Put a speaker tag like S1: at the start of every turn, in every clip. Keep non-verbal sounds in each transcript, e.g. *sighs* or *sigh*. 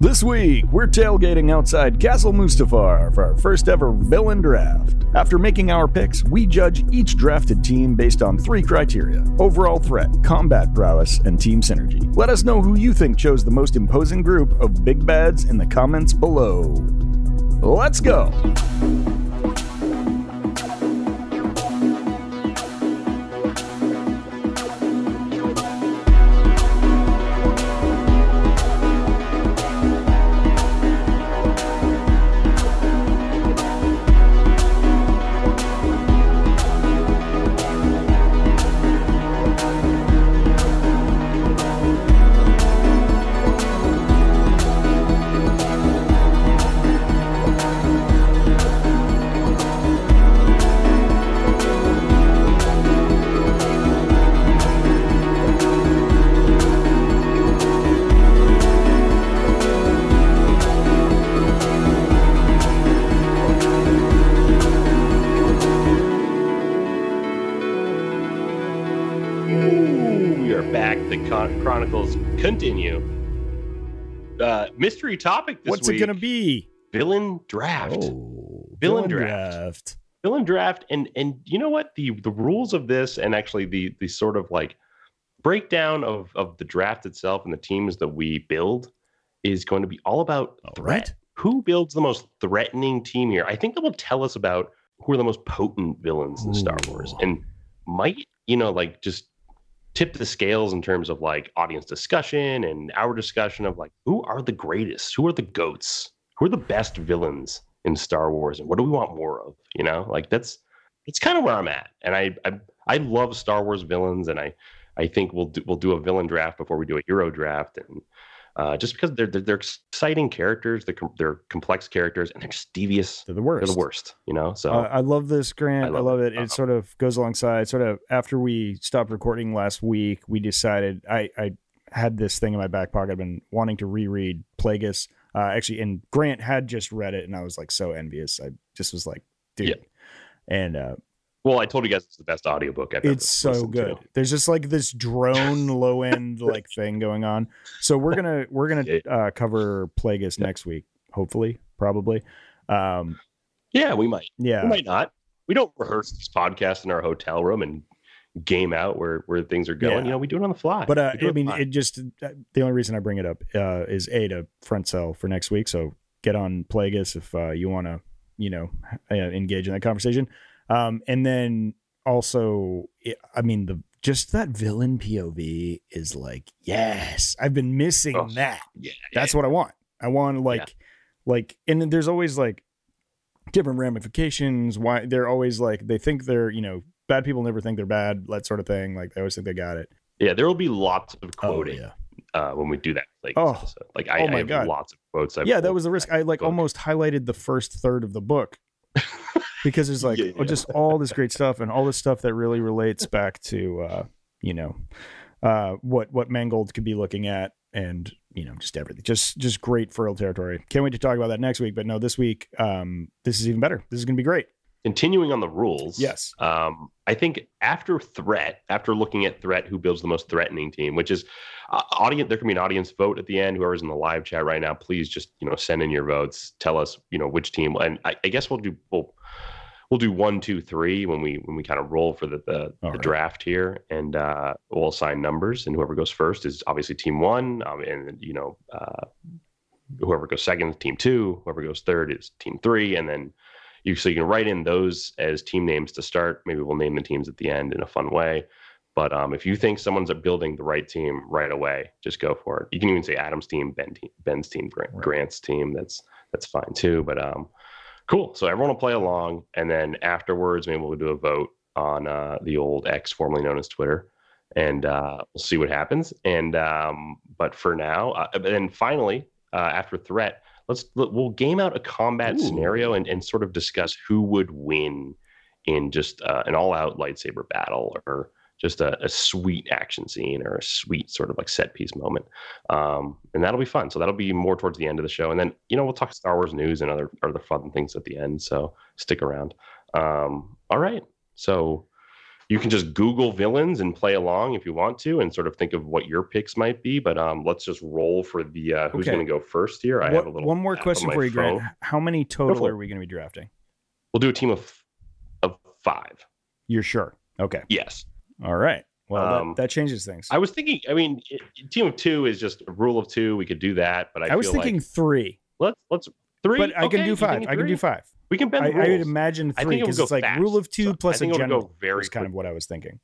S1: This week, we're tailgating outside Castle Mustafar for our first ever villain draft. After making our picks, we judge each drafted team based on three criteria overall threat, combat prowess, and team synergy. Let us know who you think chose the most imposing group of big bads in the comments below. Let's go!
S2: We are back. The Con- Chronicles continue. Uh, mystery topic this
S3: What's
S2: week.
S3: it gonna be?
S2: Villain draft.
S3: Oh,
S2: Villain draft. Villain draft. And and you know what? The the rules of this and actually the the sort of like breakdown of of the draft itself and the teams that we build is going to be all about
S3: All
S2: threat.
S3: right.
S2: Who builds the most threatening team here? I think that will tell us about who are the most potent villains in Star
S3: Ooh.
S2: Wars and might, you know, like just tip the scales in terms of like audience discussion and our discussion of like who are the greatest? Who are the goats? Who are the best villains in Star Wars and what do we want more of? You know, like that's it's kind of where I'm at. And I I, I love Star Wars villains and I I think we'll do, we'll do a villain draft before we do a hero draft, and uh, just because they're, they're they're exciting characters, they're com- they're complex characters, and they're just devious.
S3: They're the worst.
S2: They're the worst, you know. So
S1: Uh, I love this, Grant. I
S2: I
S1: love,
S2: love Uh-huh.
S1: it. It
S2: Uh-oh.
S1: sort of goes alongside, sort of after we stopped recording last week, we decided I, I had this thing in my back pocket. I've been wanting to reread Plagueis. Uh, actually, and Grant had just read it, and I was like so envious. I just was like, dude.
S2: Yeah.
S1: And uh,
S2: well, I told you guys it's the best audiobook I've ever.
S1: it's so
S2: listened to.
S1: good. There's just like this
S2: *laughs*
S1: drone low end like thing going on. So we're gonna we're gonna
S2: Yeah.
S1: uh, cover Plagueis
S2: Yeah.
S1: next week, hopefully, probably. Um,
S2: Yeah, we might
S1: yeah,
S2: we might not. We don't rehearse this podcast in our hotel room and game out where where things are going.
S1: Yeah.
S2: You know, we do it on the fly.
S1: But uh,
S2: We do
S1: I
S2: it
S1: mean,
S2: live.
S1: it just uh, the only reason I bring it up uh, is a to front sell for next week. So get on Plagueis if uh, you want to, you know, uh, engage in that conversation. Um, and then also, it, I mean, the just that villain POV is like, yes, I've been missing
S2: Oh,
S1: that.
S2: yeah,
S1: That's what I want. I want like, like, and then there's always like different ramifications. Why they're always like they think they're you know bad people never think they're bad that sort of thing. Like they always think they got it.
S2: yeah. There will be lots of
S1: Oh,
S2: quoting
S1: yeah.
S2: uh, when we do that. Like,
S1: Oh.
S2: episode. like I,
S1: Oh
S2: I
S1: my
S2: have
S1: God.
S2: lots of quotes. I've
S1: yeah, that
S2: pulled
S1: was the risk. I like
S2: book.
S1: almost highlighted the first third of the
S2: *laughs*
S1: book because there's like
S2: Yeah,
S1: oh,
S2: yeah.
S1: just all this great stuff and all this stuff that really relates back to uh, you know uh, what what Mangold could be looking at and you know just everything. Just just great fertile territory. Can't wait to talk about that next week. But no, this week um, this is even better. This is gonna be great.
S2: continuing on the rules.
S1: Yes.
S2: Um, I think after threat, after looking at threat, who builds the most threatening team, which is uh, audience, there can be an audience vote at the end. Whoever's in the live chat right now, please just you know send in your votes. Tell us you know which team, and I, I guess we'll do we'll we'll do one, two, three when we when we kind of roll for the the, the
S1: right.
S2: draft here, and uh, we'll assign numbers, and whoever goes first is obviously team one, um, and you know uh, whoever goes second is team two, whoever goes third is team three, and then you so you can write in those as team names to start. Maybe we'll name the teams at the end in a fun way. But um, if you think someone's building the right team right away, just go for it. You can even say Adam's team, ben team Ben's team, Grant,
S1: Right.
S2: Grant's team. That's that's fine too. But um, cool. So everyone will play along, and then afterwards, maybe we'll do a vote on uh, the old X, formerly known as Twitter, and uh, we'll see what happens. And um, but for now, uh, and then finally, uh, after threat, let's we'll game out a combat
S3: Ooh.
S2: scenario and, and sort of discuss who would win in just uh, an all-out lightsaber battle or just a, a sweet action scene or a sweet sort of like set piece moment um, and that'll be fun so that'll be more towards the end of the show and then you know we'll talk star wars news and other other fun things at the end so stick around um, all right so you can just Google villains and play along if you want to, and sort of think of what your picks might be. But um, let's just roll for the uh, who's
S1: Okay.
S2: going to go first here. I have a
S1: What,
S2: little
S1: one more
S2: app on
S1: question
S2: my
S1: for you, Grant.
S2: phone.
S1: How many
S2: Go
S1: total
S2: for it.
S1: are we going to be drafting?
S2: We'll do a team of of five.
S1: You're sure? Okay.
S2: Yes,
S1: All right. Well, that-
S2: Um,
S1: that, changes things.
S2: I was thinking. I mean, it, team of two is just a rule of two. We could do that, but I,
S1: I was
S2: feel
S1: thinking
S2: like
S1: three,
S2: let's let's three.
S1: but I can
S2: Okay,
S1: do
S2: you
S1: five.
S2: thinking
S1: I can
S2: three?
S1: do five.
S2: We can bend
S1: I,
S2: the
S1: I would
S2: rules.
S1: imagine
S2: I think
S1: three
S2: it would
S1: because
S2: go
S1: it's like
S2: fast.
S1: rule of two
S2: So
S1: plus
S2: I think
S1: a
S2: it would
S1: general
S2: go very
S1: is kind of what I was thinking.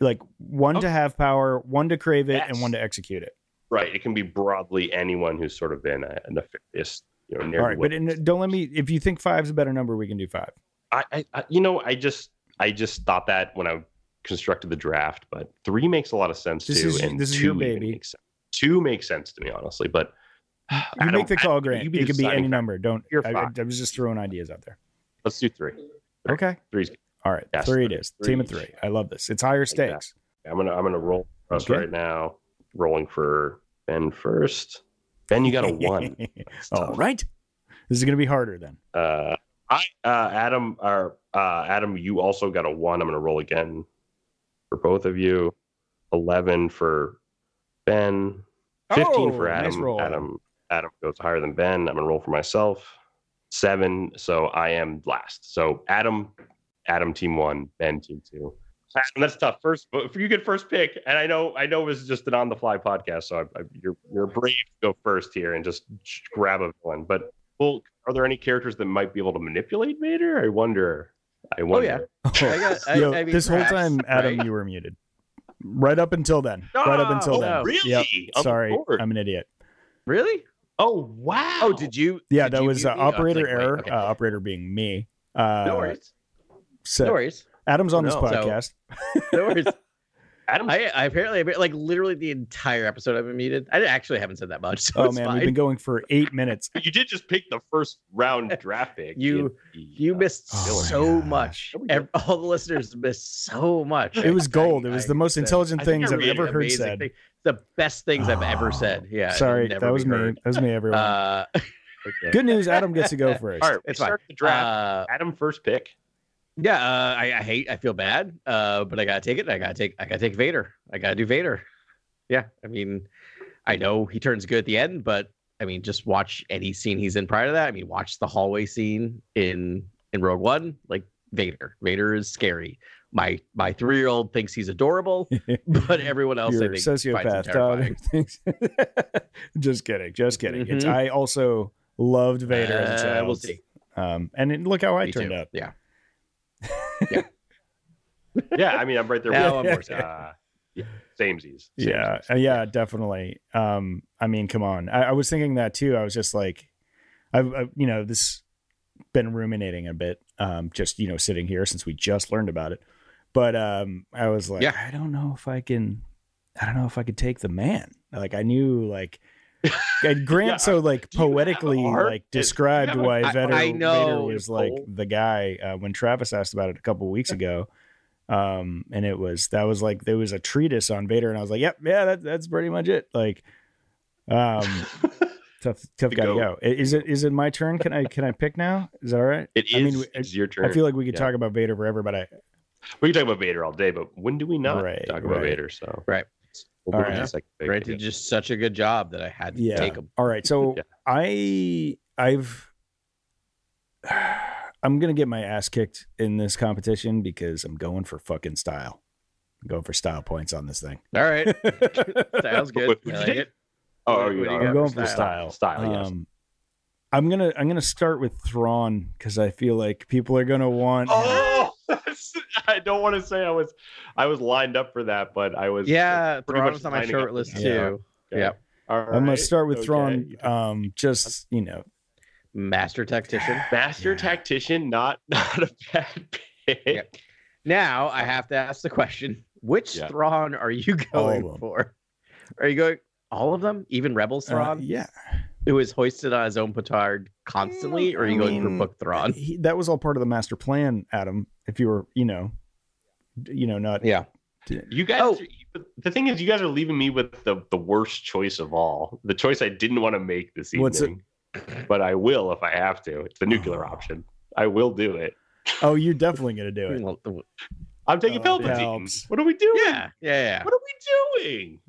S1: Like one to
S2: Okay.
S1: have power, one to crave it, and
S2: Yes.
S1: one to execute it.
S2: Right. It can be broadly anyone who's sort of been a, a nefarious, you know,
S1: All right, but in, don't let me. If you think five's a better number, we can do five.
S2: I, I, I, you know, I just, I just thought that when I constructed the draft, but three makes a lot of sense
S1: This
S2: too.
S1: is-
S2: and
S1: this is
S2: two
S1: your
S2: even
S1: baby.
S2: Makes sense. Two makes sense to me, honestly, but *sighs* I
S1: You make
S2: don't-
S1: the
S2: I-
S1: call, Grant.
S2: you be
S1: It could be
S2: deciding
S1: any
S2: factor.
S1: number. Don't.
S2: You're
S1: I, I,
S2: fine.
S1: I was just throwing ideas out there.
S2: Let's do three. Three.
S1: Okay.
S2: Three's.
S1: All right.
S2: Yes,
S1: three it is.
S2: three
S1: Team of
S2: each.
S1: three. I love this. It's higher
S2: that.
S1: stakes.
S2: I'm gonna, I'm gonna roll for us
S1: Okay.
S2: right now. Rolling for Ben first. Ben, you got a one.
S1: *laughs*
S2: That's
S1: All
S2: tough.
S1: right. This is going to be harder then.
S2: Uh, I, uh, Adam, or uh, Adam, you also got a one. I'm going to roll again for both of you. Eleven for Ben. Fifteen
S1: Oh,
S2: for Adam.
S1: nice roll.
S2: Adam, Adam goes higher than Ben. I'm going to roll for myself. Seven. So I am last. So Adam, Adam, team one. Ben, team two. Adam, that's tough. First, if you get first pick, and I know, I know, this is just an on-the-fly podcast, so I, I, you're you're brave to go first here and just grab a villain. But well, are there any characters that might be able to manipulate Vader? I wonder. I wonder.
S4: yeah.
S1: Oh,
S4: *laughs* I got, I,
S1: yo,
S4: I mean,
S1: this
S4: perhaps,
S1: whole time, Adam,
S4: right?
S1: you were muted. Right up until then. right up until
S2: oh,
S1: then.
S2: really?
S1: Yep.
S2: I'm
S1: Sorry,
S2: bored.
S1: I'm an idiot.
S4: really?
S2: Oh wow.
S4: Oh, did you?
S1: Yeah,
S4: did
S1: that
S4: you
S1: was
S4: mute
S1: uh,
S4: me? I was
S1: operator
S4: like, wait,
S1: error.
S4: okay.
S1: Uh, operator being me. Uh,
S4: no worries.
S1: *laughs* So
S4: no worries.
S1: Adam's on this
S2: No.
S4: So-
S1: podcast.
S4: No *laughs* worries.
S2: Adam?
S4: I, I apparently, like, literally the entire episode I've been muted. I actually haven't said that much. *laughs* So
S1: oh
S4: it's
S1: man,
S4: fine.
S1: we've been going for eight minutes.
S2: you did just pick the first round draft pick.
S4: You- you missed
S1: Oh, my
S4: so
S1: gosh.
S4: much.
S2: No, we
S4: Ev- all the listeners missed so much.
S1: It was
S4: I-
S1: gold. It was
S4: I-
S1: the most
S4: I-
S1: intelligent
S4: I think
S1: things
S4: I
S1: I've
S4: rated
S1: ever heard
S4: amazing
S1: said.
S4: thing- the best things
S1: Oh,
S4: I've ever
S1: *sighs*
S4: said. Yeah. it'll
S1: Sorry,
S4: never
S1: that was
S4: be
S1: me.
S4: heard.
S1: That was me, everyone.
S4: Uh,
S2: Okay.
S1: Good news, Adam gets to
S4: *laughs*
S1: go first. *laughs*
S2: All right,
S4: It's
S2: it's
S4: fine.
S2: start the draft.
S4: uh,
S2: Adam first pick.
S4: Yeah, uh, I, I hate. I feel bad, uh, but I gotta take it. I gotta take. I gotta take Vader. I gotta do Vader. Yeah, I mean, I know he turns good at the end, but I mean, just watch any scene he's in prior to that. I mean, watch the hallway scene in in Rogue One. Like Vader. Vader is scary. My my three year old thinks
S1: *laughs*
S4: he's adorable, but everyone else
S1: You're
S4: I
S1: a
S4: think finds him
S1: sociopath.
S4: terrifying.
S1: *laughs* Dog. Thanks. just kidding. Just kidding. It's,
S4: Mhm.
S1: I also loved Vader as a
S4: Uh,
S1: child.
S4: we'll see.
S1: Um, and it- look how I
S4: Me
S1: turned
S4: too.
S1: out.
S4: Yeah.
S2: Yeah, I mean, I'm right there
S4: Now
S2: with
S4: I'm
S2: you.
S4: more sad.
S2: Uh, yeah, samesies. Samesies.
S1: Yeah, uh, yeah, definitely. Um, I mean, come on. I, I was thinking that too. I was just like, I've, I've you know this been ruminating a bit. Um, just you know sitting here since we just learned about it. But um, I was like,
S4: Yeah.
S1: I don't know if I can. I don't know if I could take the man. Like I knew
S2: *laughs*
S1: like. And Grant
S2: Yeah,
S1: so like
S2: do you have
S1: poetically
S2: art?
S1: like
S2: Do you
S1: described
S2: have a-
S1: why
S4: I-
S1: Vader,
S4: I
S1: Vader
S4: know,
S1: was like
S4: Nicole.
S1: the guy uh, when Travis asked about it a couple weeks ago um and it was that was like there was a treatise on vader and i was like yep yeah that, that's pretty much it like um tough tough
S2: The
S1: guy to
S2: goat.
S1: go I- is it is it my turn can i can i pick now is that all right
S2: It is
S1: I mean,
S2: it's your turn.
S1: i feel like we could
S2: Yeah.
S1: talk about vader forever but i
S2: we can talk about Vader all day, but when do we not
S1: Right,
S2: talk about
S1: right.
S2: Vader? So
S4: Right.
S2: We'll move
S1: All
S2: on to
S1: right.
S2: second pick, I
S4: Grant did
S2: guess.
S4: just such a good job that I had to
S1: Yeah.
S4: take him.
S1: all right so
S2: Yeah.
S1: i i've *sighs* i'm gonna get my ass kicked in this competition because i'm going for fucking style I'm going for style points on this thing
S4: All
S1: *laughs*
S4: right, sounds good.
S2: What'd you
S4: I like
S2: take?
S4: it.
S2: Oh,
S4: What-
S2: you
S4: what do you
S2: are.
S4: got
S1: I'm going for
S2: style.
S1: style.
S2: Style, yes.
S1: Um, I'm gonna I'm gonna start with Thrawn because I feel like people are gonna want.
S2: *laughs* Oh, *laughs* I don't want to say I was, I was lined up for that, but I was.
S4: Yeah,
S2: pretty
S4: Thrawn's
S2: much
S4: on my
S2: lining up
S4: short
S2: for
S4: list
S2: that.
S1: Yeah.
S4: too.
S2: Okay.
S4: Yeah.
S2: All
S1: I'm gonna
S2: right,
S1: start with
S2: okay.
S1: Thrawn. Um, just you know,
S4: master tactician.
S2: *laughs* Master
S1: Yeah.
S2: tactician, not *laughs* not a bad pick.
S4: Yeah. Now I have to ask the question: Which
S2: Yeah.
S4: Thrawn are you
S1: All of
S4: going
S1: them.
S4: for? Are you going all of them, even Rebel
S1: uh,
S4: Thrawn,
S1: yeah,
S4: who is hoisted on his own petard constantly, or are you
S1: I
S4: going
S1: mean,
S4: for Book Thrawn?
S1: He, that was all part of the master plan, Adam. If you were, you know, d- you know, not
S4: Yeah,
S2: You guys,
S4: Oh.
S2: the thing is, you guys are leaving me with the the worst choice of all. The choice I didn't want to make this evening,
S1: What's it-
S2: but I will if I
S4: Oh.
S2: have to. It's the nuclear option. I will do it.
S1: oh, you're definitely gonna do it.
S4: Well,
S2: I'm taking
S1: Oh, that
S2: Palpatine.
S1: helps.
S2: What are we doing?
S4: Yeah, yeah, yeah.
S2: What are we doing?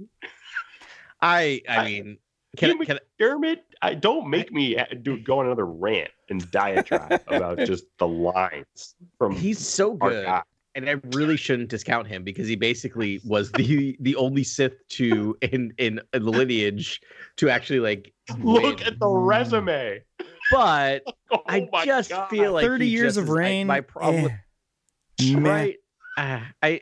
S4: I, I
S2: I-
S4: mean, can,
S2: Give me-
S4: can
S2: Dermot, I don't make me ha- do go on another rant and
S4: *laughs*
S2: diatribe about just the lines from
S4: he's so
S2: our
S4: good,
S2: guy.
S4: and I really shouldn't discount him because he basically was the the only Sith to in in the lineage to actually like
S2: Look
S4: win.
S2: at the resume. *laughs*
S4: But
S2: Oh
S4: I
S2: my
S4: just
S2: God.
S4: feel like
S1: Thirty
S4: he
S1: years
S4: just
S1: of
S4: is, like,
S1: rain.
S4: my problem,
S1: eh, meh.
S4: right? Ah,
S2: *laughs*
S4: I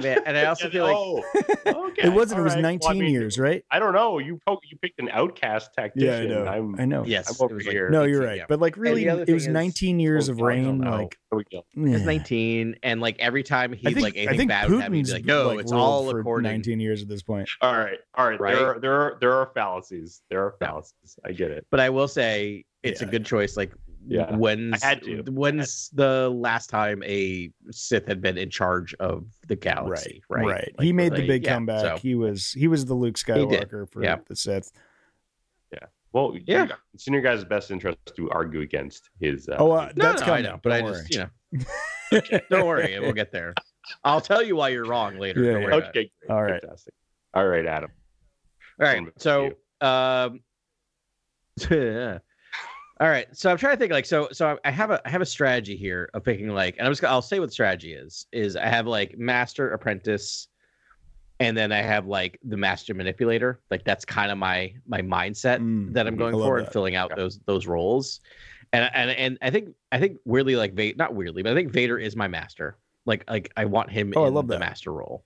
S4: man, and I also
S2: And-
S4: feel like
S2: oh,
S1: *laughs*
S2: okay,
S1: It wasn't. it
S2: all
S1: was
S2: right. Well, I
S1: 19
S2: mean,
S1: years, right?
S2: I don't know. You po- you picked an outcast tactician.
S1: Yeah, I know.
S2: I'm,
S1: I know.
S4: yes,
S2: I'm over
S4: it was
S2: here.
S4: Like,
S1: No, you're
S4: 18,
S1: right.
S4: yeah.
S1: But like, really,
S4: the other
S1: it was
S4: thing is-
S1: 19 years of
S2: Oh, I don't
S1: rain.
S2: know.
S1: Like,
S2: There we go.
S4: It's
S1: eh.
S4: 19, and like every time he
S1: I think,
S4: like anything
S1: I think
S4: bad would happen, he'd
S1: Putin's
S4: be like, "No, it's
S1: ruled
S4: all
S1: for
S4: according."
S1: 19 years at this point.
S2: All right, all right.
S4: Right?
S2: There are there are there are fallacies. There are
S4: Yeah.
S2: fallacies. I get it.
S4: But I will say it's
S1: Yeah.
S4: a good choice. Like,
S2: Yeah.
S4: when's
S2: I had to.
S4: when's the last time a Sith had been in charge of the galaxy? Right,
S1: Right.
S4: Like,
S1: he made
S4: really-
S1: the big
S4: yeah,
S1: comeback.
S4: so-
S1: He was he was the Luke
S4: did.
S1: Skywalker for
S4: Yeah.
S1: the Sith.
S2: Well,
S4: Yeah.
S2: It's in your guys' best interest to argue against his. Uh,
S1: Oh, uh,
S4: no,
S1: that's
S4: no, I
S1: coming.
S4: know, but I
S1: Don't
S4: just you know, *laughs* don't worry, we'll get there. I'll tell you why you're wrong later.
S1: Yeah,
S4: Don't
S1: yeah.
S4: worry about it.
S2: okay. great,
S1: All right.
S2: Fantastic. All right, Adam.
S4: All right. So, um, *laughs* all right. So I'm trying to think like, so, so I have a, I have a strategy here of picking like, and I'm just gonna, I'll say what the strategy is, is I have like master apprentice and then I have like the master manipulator. Like that's kind of my, my mindset
S1: Mm,
S4: that I'm
S1: I
S4: going
S1: love
S4: for and
S1: that.
S4: filling out
S2: Yeah.
S4: those, those roles. And, and, and I think, I think weirdly like Vader, not weirdly, but I think Vader is my master. Like, like I want him
S1: Oh, I
S4: in
S1: love
S4: the
S1: that.
S4: master role.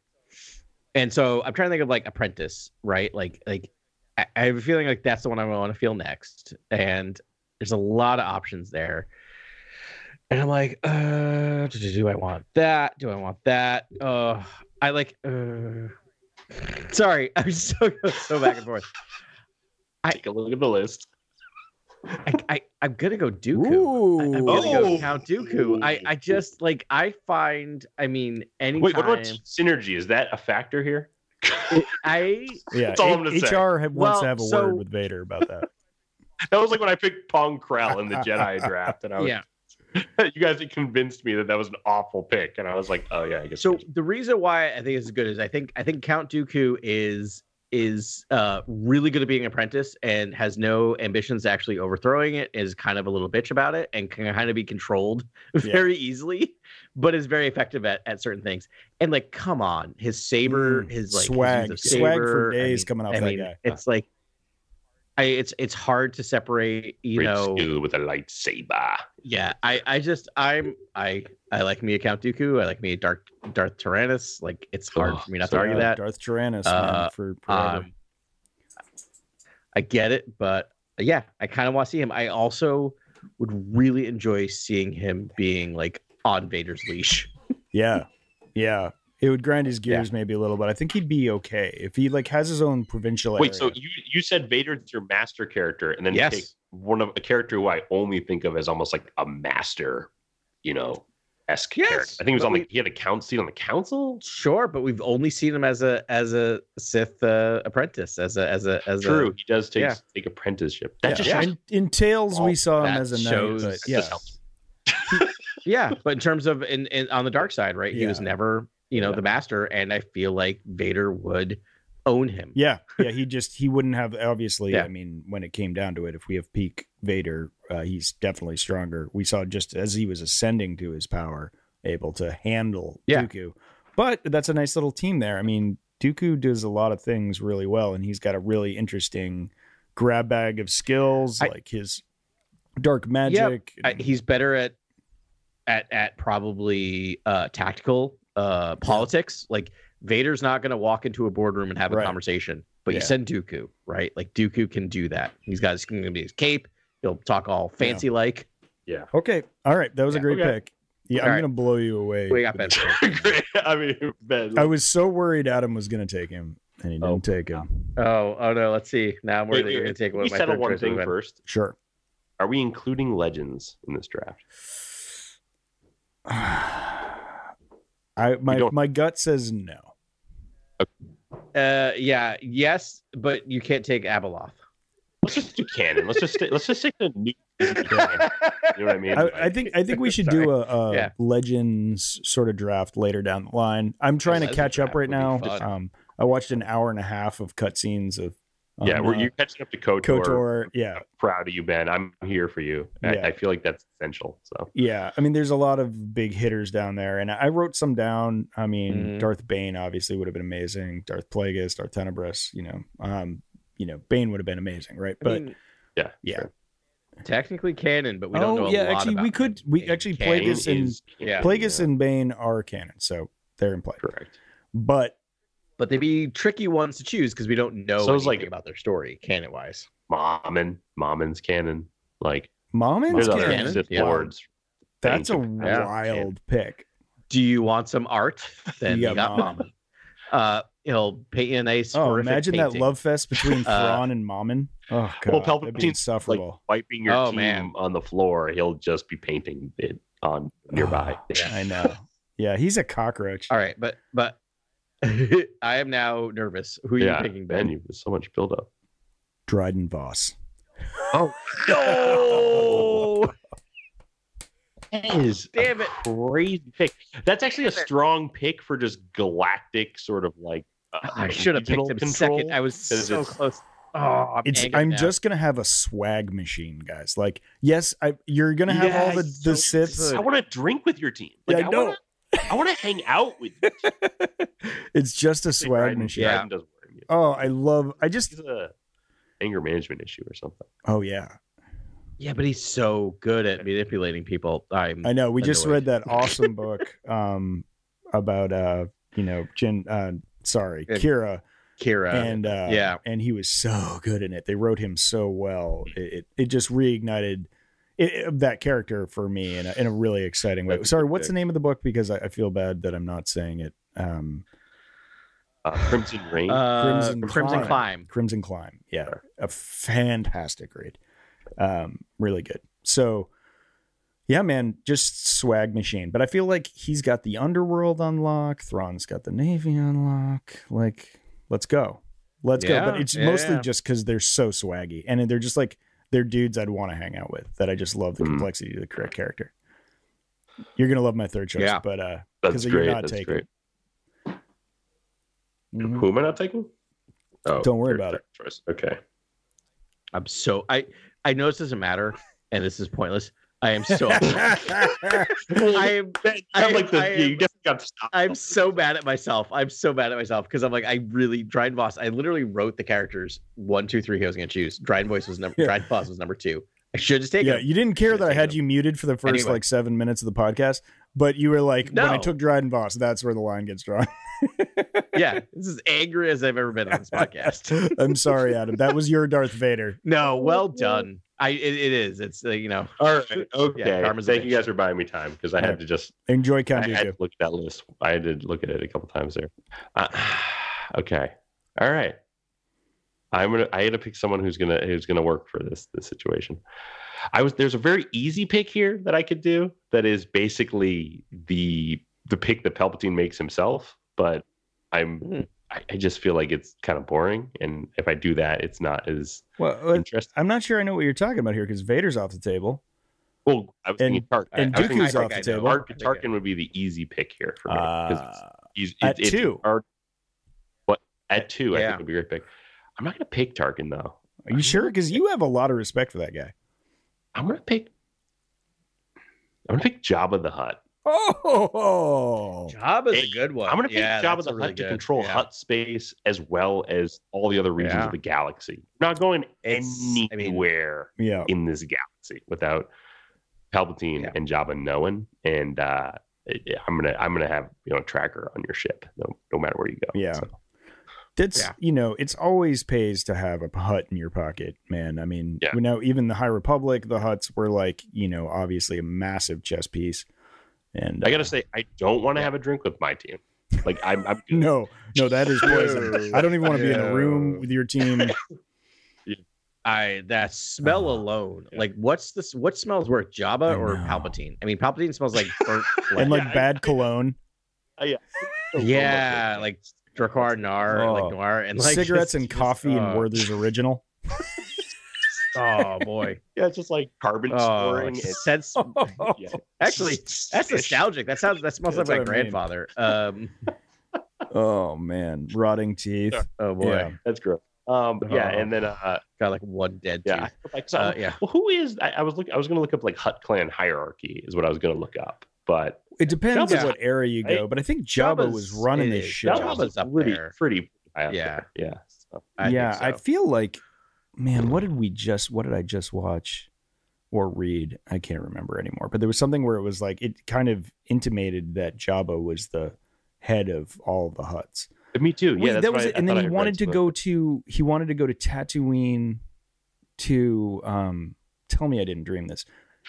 S4: And so I'm trying to think of like apprentice, right? Like, like I, I have a feeling like that's the one I want to feel next. And there's a lot of options there. And I'm like, uh, do, do I want that? Do I want that? Uh, I like, uh, sorry, *laughs* I'm so so back and forth. I-
S2: Take a look at the list.
S4: I, I I'm gonna go Dooku. I, am
S1: Ooh.
S4: gonna go
S2: Oh.
S4: Count Dooku. I I just like I find. I mean, anytime
S2: Wait, what about synergy? Is that a factor here?
S4: I
S1: Yeah,
S2: That's all I'm gonna say.
S1: HR have, wants
S4: Well,
S1: to have a
S4: so-
S1: word with Vader about that.
S2: That was like when I picked Pong Krell in the Jedi draft, and I was,
S4: *laughs* yeah.
S2: *laughs* you guys convinced me that that was an awful pick, and I was like, oh yeah, I guess.
S4: So the reason why I think this is good is I think I think Count Dooku is is uh really good at being an apprentice and has no ambitions to actually overthrowing it is kind of a little bitch about it and can kind of be controlled *laughs* very easily but is very effective at, at certain things and like come on his saber
S1: Mm,
S4: his like his use
S1: swag,
S4: of
S1: swag
S4: saber,
S1: for
S4: I
S1: days
S4: mean,
S1: coming off
S4: I
S1: that
S4: mean,
S1: guy.
S4: it's like, I it's it's hard to separate. You know,
S2: dude with a lightsaber.
S4: yeah. I I just I'm I I like me a Count Dooku. I like me a Darth Darth Tyrannus. Like it's hard
S2: Oh,
S4: for me *laughs* not
S2: so
S4: to argue
S1: Uh,
S4: that.
S1: Darth Tyrannus
S4: Uh,
S1: man, for forever.
S4: Um, I get it, but uh, yeah, I kind of want to see him. I also would really enjoy seeing him being like on Vader's leash.
S1: yeah, yeah. It would grind his gears maybe a little, but I think he'd be okay if he like has his own provincial.
S2: Wait, so
S1: area.
S2: you you said Vader's your master character, and then you
S4: Yes.
S2: take one of a character who I only think of as almost like a master, you know, esque
S4: Yes,
S2: character. I think he was
S4: but
S2: on
S4: we-
S2: like he had a count seat on the council.
S4: Sure, but we've only seen him as a as a Sith uh, apprentice, as a as a as
S2: True,
S4: a
S2: he does take
S4: yeah.
S2: take apprenticeship. That
S1: yeah.
S2: just
S1: in, in Tales we saw him
S4: That
S1: as a knight,
S4: shows-
S1: but
S4: that
S1: yeah,
S2: just helps. *laughs*
S4: yeah but in terms of in, in on the dark side right he was
S1: Yeah.
S4: never you know
S2: Yeah.
S4: the master and i feel like vader would own him
S1: yeah, yeah. He just he wouldn't have obviously.
S4: Yeah.
S1: I mean, when it came down to it, if we have peak Vader, uh, he's definitely stronger. We saw just as he was ascending to his power, able to handle
S4: Yeah.
S1: Dooku. But that's a nice little team there. I mean, Dooku does a lot of things really well, and he's got a really interesting grab bag of skills,
S4: I-
S1: like his dark magic.
S4: I, he's better at at at probably uh tactical uh politics like vader's not going to walk into a boardroom and have a
S1: Right.
S4: conversation but you
S1: Yeah.
S4: send dooku right like dooku can do that he's got his, going to be his cape he'll talk all fancy like
S1: okay, all right, that was a
S2: Yeah,
S1: great
S2: okay.
S1: pick. Yeah,
S4: All
S1: I'm
S4: right.
S1: gonna blow you away.
S4: we got
S1: with
S4: better
S2: Great. *laughs* I mean, Ben,
S1: I was so worried Adam was going to take him, and he didn't
S2: Oh.
S1: take him.
S4: oh oh no let's see now i'm worried
S2: Wait,
S4: that you're
S2: wait,
S4: going to take
S2: can
S4: one
S2: we
S4: of my
S2: settle
S4: third
S2: one
S4: choices
S2: thing
S4: then.
S2: first.
S1: Sure.
S2: Are we including legends in this draft?
S1: *sighs* I my
S2: We don't-
S1: my gut says no.
S4: uh yeah yes but you can't take abeloth
S2: let's just do canon. Let's just stay, let's just stick to new. Disney canon.
S4: *laughs*
S2: You know what I mean?
S1: I,
S2: Like,
S1: I think I think we should
S4: Sorry.
S1: do a, a
S4: Yeah.
S1: legends sort of draft later down the line. I'm trying to
S4: Legends
S1: catch up
S4: draft
S1: right now.
S4: would be fun.
S1: Um, I watched an hour and a half of cutscenes of um,
S2: yeah, we're,
S1: uh,
S2: you're catching up to KOTOR.
S1: Kotor. Yeah,
S2: Proud of you, Ben. I'm here for you. I,
S1: Yeah.
S2: I feel like that's essential. So
S1: yeah. I mean, there's a lot of big hitters down there, and I wrote some down. I mean,
S4: Mhm.
S1: Darth Bane obviously would have been amazing. Darth Plagueis, Darth Tenebris. You know, um, you know, Bane would have been amazing, right?
S4: I
S1: But
S4: mean,
S2: yeah,
S1: Yeah.
S2: sure.
S4: technically canon, but we don't
S1: Oh,
S4: know. A
S1: yeah,
S4: lot
S1: actually,
S4: about
S1: we could-
S4: it.
S1: we actually
S4: Canon.
S1: played this in-
S4: Yeah.
S1: Plagueis and Bane are canon, so they're in play.
S2: correct.
S1: But
S4: but they'd be tricky ones to choose because we don't know
S2: So it's
S4: anything
S2: like-
S4: about their story canon wise.
S2: Mommin, Mommin's canon. Like
S1: Mommin's
S2: there's other
S1: canon.
S4: canon,
S2: Sith
S4: yeah.
S2: lords.
S1: That's a
S2: things. Yeah.
S1: wild pick.
S4: Do you want some art? Then
S1: You
S4: you,
S1: got
S4: got mom. *laughs* Uh, he'll paint you a nice.
S1: Oh,
S4: horrific
S1: imagine that
S4: painting.
S1: love fest between
S4: Uh,
S1: Thrawn and Mommen. Oh god,
S2: Well,
S1: that'd
S2: Palpatine's,
S1: be insufferable.
S2: wiping your
S4: Oh,
S2: team
S4: man.
S2: on the floor. He'll just be painting it on nearby.
S1: Oh, *sighs* I know.
S2: *laughs*
S1: Yeah, he's a cockroach.
S4: All right, but but *laughs* I am now nervous. Who are
S2: yeah,
S4: you picking,
S2: Ben,
S4: Ben?
S2: you, there's so much buildup.
S1: Dryden Voss.
S2: Oh no! *laughs* that is a
S4: Damn it.
S2: crazy pick. That's actually a
S4: Damn it.
S2: strong pick for just galactic sort of like. uh,
S4: I should have picked
S2: regional
S4: him
S2: control.
S4: second. I was so
S2: it's-
S4: close. Oh, I'm,
S1: It's
S4: angry
S1: I'm
S4: now.
S1: just gonna have a swag machine, guys. Like, yes, I you're gonna have
S2: Yeah,
S1: all the,
S2: so
S1: the Siths.
S4: good.
S2: I want to drink with your team. Like,
S1: Yeah, I
S2: I,
S1: know.
S2: want to. I want to hang out with.
S1: *laughs*
S2: You.
S1: *laughs* It's just a swag
S2: Dryden-
S1: machine.
S4: yeah.
S2: Dryden doesn't worry me.
S1: Oh, I love I just
S2: It's a anger management issue or something.
S1: oh yeah.
S4: yeah, but he's so good at manipulating people. I'm
S1: I know. We just
S4: Annoyed.
S1: read that awesome book um about uh you know, Jin uh sorry,
S4: And-
S1: Kira.
S4: Kira.
S1: and uh,
S4: yeah.
S1: and he was so good in it. They wrote him so well. It it, it just reignited it, it- that character for me in a, in a really exciting way.
S2: That's a
S1: Sorry,
S2: good
S1: what's the
S2: pick.
S1: name of the book? Because I, I feel bad that I'm not saying it. Um,
S2: Uh, Crimson Rain.
S4: Uh,
S1: Crimson
S4: Crimson,
S1: Climb.
S4: Climb.
S1: Crimson Climb, yeah, a fantastic read, um, really good. So. Yeah, man, just swag machine. But I feel like he's got the underworld on lock. Thrawn's got the navy on lock. Like, let's go, let's go. But
S4: Yeah,
S1: it's
S4: yeah,
S1: mostly
S4: yeah.
S1: just because they're so swaggy, and they're just like they're dudes I'd want to hang out with. That I just love the
S2: Mm.
S1: complexity of the correct character. You're gonna love my third choice,
S4: Yeah.
S1: but
S4: *laughs*
S1: uh,
S2: That's
S1: you're
S2: great.
S1: not
S2: That's
S1: taking-
S2: great.
S1: mhm. mm-hmm. *laughs*
S2: Who am I not taking? Oh,
S1: Don't worry
S2: third-
S1: about it.
S2: third Choice. Okay.
S4: I'm so I I know this doesn't matter, and this is pointless. I
S1: *laughs*
S4: am so I am
S2: I,
S4: I-
S2: am like the,
S4: I
S2: yeah,
S4: am-
S2: you definitely got to stop.
S4: I'm so bad at myself. I'm so bad at myself because I'm like I really Dryden Voss. I literally wrote the characters one, two, three. Who I was gonna choose? Dryden Voss was number.
S1: Yeah.
S4: Dryden Voss was number two. I should just take
S1: yeah,
S4: him.
S1: you didn't care
S4: Should've
S1: that I
S4: taken
S1: had
S4: him.
S1: you muted for the first
S4: Anyway.
S1: like seven minutes of the podcast, but you were like, when I
S4: No.
S1: took Dryden Voss, that's where the line gets drawn. *laughs*
S4: yeah, this is angry as I've ever been on this podcast.
S1: I'm sorry, Adam. That was your Darth Vader.
S4: No,
S1: *laughs*
S4: well done. I it, it is. It's uh, you know
S2: All right. Okay.
S4: karma's a
S2: Thank you
S4: bitch.
S2: guys for buying me time because I
S1: All
S2: had
S1: right.
S2: to just
S1: Enjoy
S2: I had to
S1: Kanduku.
S2: look at that list. I had to look at it a couple times there. Uh, *sighs* okay. All right. I'm gonna. I had to pick someone who's gonna who's gonna work for this this situation. I was there's a very easy pick here that I could do that is basically the the pick that Palpatine makes himself, but I'm
S4: Hmm.
S2: I, I just feel like it's kind of boring, and if I do that, it's not as
S1: Well,
S2: interesting.
S1: I'm not sure I know what you're talking about here because Vader's off the table.
S2: Well, I was
S1: And-
S2: thinking Tark,
S1: and
S2: I was thinking
S1: Dooku's off
S2: Tark-
S1: the
S4: I
S1: table.
S4: know.
S2: Tark- Tarkin would be the easy pick here for me because
S1: Uh,
S2: He's
S1: At
S2: it- it's
S1: two.
S2: hard- What at two? I
S4: Yeah.
S2: think would be a great pick. I'm not going to pick Tarkin though.
S1: are you sure? Because you have a lot of respect for that guy.
S2: I'm going to pick. I'm going to pick Jabba the Hutt.
S1: Oh,
S4: Job is
S2: Hey,
S4: a good one.
S2: I'm going to pick
S4: yeah,
S2: Jabba
S4: that's
S2: the
S4: a really
S2: Hutt to
S4: good-
S2: control
S4: yeah.
S2: Hutt space as well as all the other regions
S4: Yeah.
S2: of the galaxy. I'm not going
S4: It's- I mean-
S2: anywhere
S1: yeah.
S2: in this galaxy without Palpatine
S4: Yeah.
S2: and Jabba knowing. And uh, I'm gonna I'm gonna have you know a tracker on your ship no, no matter where you go.
S1: Yeah.
S2: So,
S1: That's
S4: Yeah.
S1: you know, it's always pays to have a hut in your pocket, man. I mean,
S2: Yeah.
S1: we know even the High Republic, the huts were like, you know, obviously a massive chess piece. And
S2: I
S1: uh,
S2: gotta say I don't want to have a drink with my team. Like
S1: *laughs*
S2: I'm, I'm good.
S1: no, no, that is poison. *laughs*
S4: No.
S1: I don't even want to be in a room
S4: No.
S1: with your *laughs* team.
S4: I that smell
S1: Uh,
S4: alone.
S2: yeah.
S4: Like what's this? What smells worse,
S1: I
S4: Jaba or
S1: know.
S4: Palpatine? I mean, Palpatine smells like burnt.
S1: *laughs*
S4: flesh.
S1: and like
S2: Yeah, I-
S1: bad cologne,
S4: yeah, like Dracar Nar,
S1: Oh.
S4: like *laughs* Noir, and like
S1: cigarettes *laughs*
S4: just-
S1: and
S4: just,
S1: coffee
S4: uh,
S1: *laughs* and Werther's original. *laughs*
S4: Oh boy.
S2: Yeah, it's just like carbon
S4: oh,
S2: scoring. and-
S4: sense.
S2: yeah.
S4: *laughs* Actually, that's nostalgic. That sounds. That smells like
S1: That's
S4: my
S1: what I mean.
S4: grandfather.
S1: *laughs*
S4: Um.
S1: Oh man, rotting teeth.
S2: Yeah.
S4: Oh boy.
S1: Yeah.
S2: That's gross. Um, but yeah,
S4: Oh.
S2: and then uh,
S4: Got like one dead
S2: yeah,
S4: tooth.
S2: like, so,
S4: Uh, yeah.
S2: Well, who is? I, I was look. I was gonna look up like Hut Clan hierarchy is what I was gonna look up, but
S1: It depends
S2: Jabba's-
S1: on what era you go, but I think Jabba
S2: Jabba's-
S1: was running
S4: it
S1: this
S4: is.
S1: shit.
S2: that
S4: Jabba's
S2: was
S4: up
S2: pretty,
S4: there.
S2: pretty. high up
S4: Yeah.
S2: there. yeah. So,
S4: I think
S1: yeah, I
S4: so.
S1: feel like, man, what did we just? What did I just watch or read? I can't remember anymore. But there was something where it was like it kind of intimated that Jabba was the head of all the huts.
S2: me too.
S1: Wait,
S2: Yeah, that's
S1: that
S2: what
S1: was
S2: I-
S1: it.
S2: I
S1: And
S2: thought
S1: then
S2: I
S1: he
S2: read
S1: wanted to
S2: something.
S1: go to he wanted to go to Tatooine to um tell me I didn't dream this.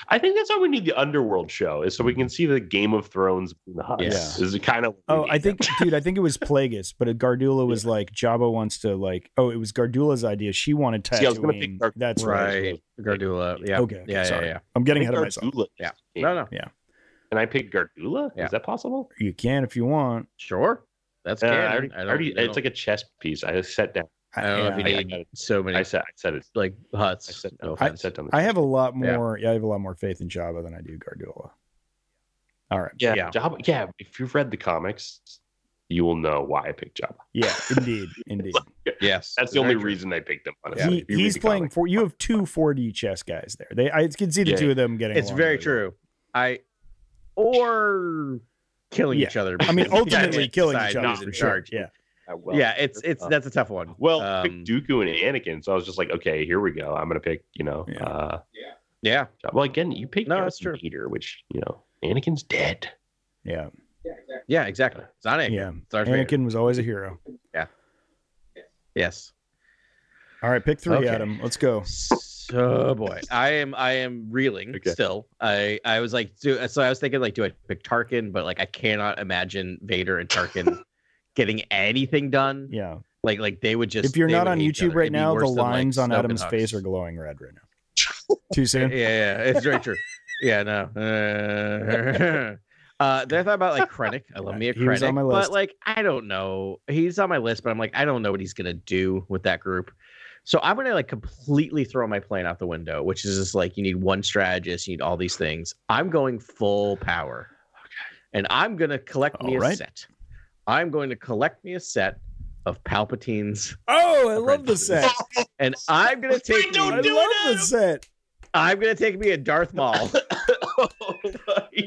S2: I think that's why we need the underworld show is so we can see the Game of Thrones in the huts.
S4: Yeah.
S2: Is it kind of?
S1: Oh, I think, dude, I think
S2: *laughs*
S1: it was Plagueis, but Gardula was like Jabba wants to like. Oh, it was Gardula's idea. She wanted Tatooine.
S2: See, I was gonna pick Gar-
S1: That's right.
S4: right. Gardula. Yeah.
S1: Okay.
S4: Yeah. Yeah.
S1: sorry.
S4: Yeah.
S1: I'm
S2: I
S1: getting
S2: picked
S1: ahead of myself.
S2: Gardula.
S4: Yeah.
S2: Yeah.
S4: No. No.
S2: And I picked Gardula.
S4: Yeah.
S2: Is that possible?
S1: You can if you want.
S4: Sure. That's
S2: Uh,
S4: canon.
S2: I already, I
S4: don't-
S2: already-
S4: I
S2: it's like
S4: don't-
S2: a chess piece. I just sat down.
S4: I don't know if you
S2: I- I
S4: need
S2: got it.
S4: so many
S2: I sat. I said it.
S4: like
S2: I
S4: huts.
S2: said.
S4: No
S1: *laughs*
S2: I,
S4: offense.
S2: sat down.
S1: I have a lot
S4: Yeah.
S1: more. Yeah. I have a lot more faith in Jabba than I do Gardula. All right.
S2: Yeah,
S4: Yeah.
S2: Jabba. Yeah, if you've read the comics, you will know why I picked Jabba.
S1: Yeah. Indeed. Indeed.
S4: Yes.
S2: That's the only
S4: very true.
S2: reason I picked him.
S1: He-
S2: Honestly, If you read
S1: he's
S2: the
S1: playing
S2: comics.
S1: four. You have two 4D chess guys there. They. I can see the
S2: Yeah,
S1: two of them getting.
S4: It's
S1: along
S4: very
S1: really well.
S4: true. I or killing
S1: Yeah.
S4: each other. *laughs*
S1: I mean,
S4: because
S1: ultimately
S4: you can't
S1: killing
S4: decide
S1: each other
S4: who's in
S1: for sure.
S4: charge.
S1: Yeah.
S2: Uh, well,
S4: yeah, it's it's
S2: uh,
S4: that's a tough one.
S2: well, I
S4: Um,
S2: picked Dooku and Anakin, so I was just like, okay, here we go. I'm gonna pick, you know,
S1: Yeah.
S2: uh,
S4: yeah,
S2: Jabba. Well, again, you picked
S4: No,
S2: Darth
S4: that's true.
S2: Vader, which you know, Anakin's
S4: *laughs*
S2: dead.
S1: Yeah.
S4: yeah, exactly. It's not Anakin.
S1: Yeah.
S4: It's Darth Vader.
S1: Anakin was always a hero.
S4: Yes.
S1: All right. Pick three,
S4: Okay.
S1: Adam. Let's go.
S4: So boy, I am I am reeling
S2: Okay.
S4: still. I I was like, do so I was thinking like, do I pick Tarkin? But like, I cannot imagine Vader and
S1: *laughs*
S4: Tarkin getting anything done.
S1: Yeah.
S4: Like like they would just.
S1: If you're
S4: they
S1: not
S4: would
S1: on
S4: hate each
S1: YouTube
S4: other.
S1: right
S4: It'd be
S1: now, the
S4: worse than, like,
S1: lines on
S4: Snoke and
S1: Adam's
S4: Hux.
S1: face are glowing red right now.
S4: *laughs*
S1: Too
S4: Yeah,
S1: soon.
S4: yeah, it's very true. Yeah, no. Uh, *laughs* uh, then I thought about like Krennic. I love me a
S1: He was
S4: Krennic,
S1: on my list.
S4: but like I don't know. He's on my list, but I'm like I don't know what he's gonna do with that group. So I'm gonna like completely throw my plan out the window, which is just like you need one strategist, you need all these things. I'm going full power, and I'm gonna collect me
S1: All
S4: a
S1: right.
S4: set. I'm going to collect me a set of Palpatines,
S1: Oh, I love the
S4: Apprentices.
S1: set.
S4: and I'm gonna take.
S1: I
S2: Don't
S4: me-
S1: love
S2: do it,
S1: the
S2: Adam.
S1: set.
S4: I'm gonna take me
S1: *laughs*
S4: a Darth Maul. Oh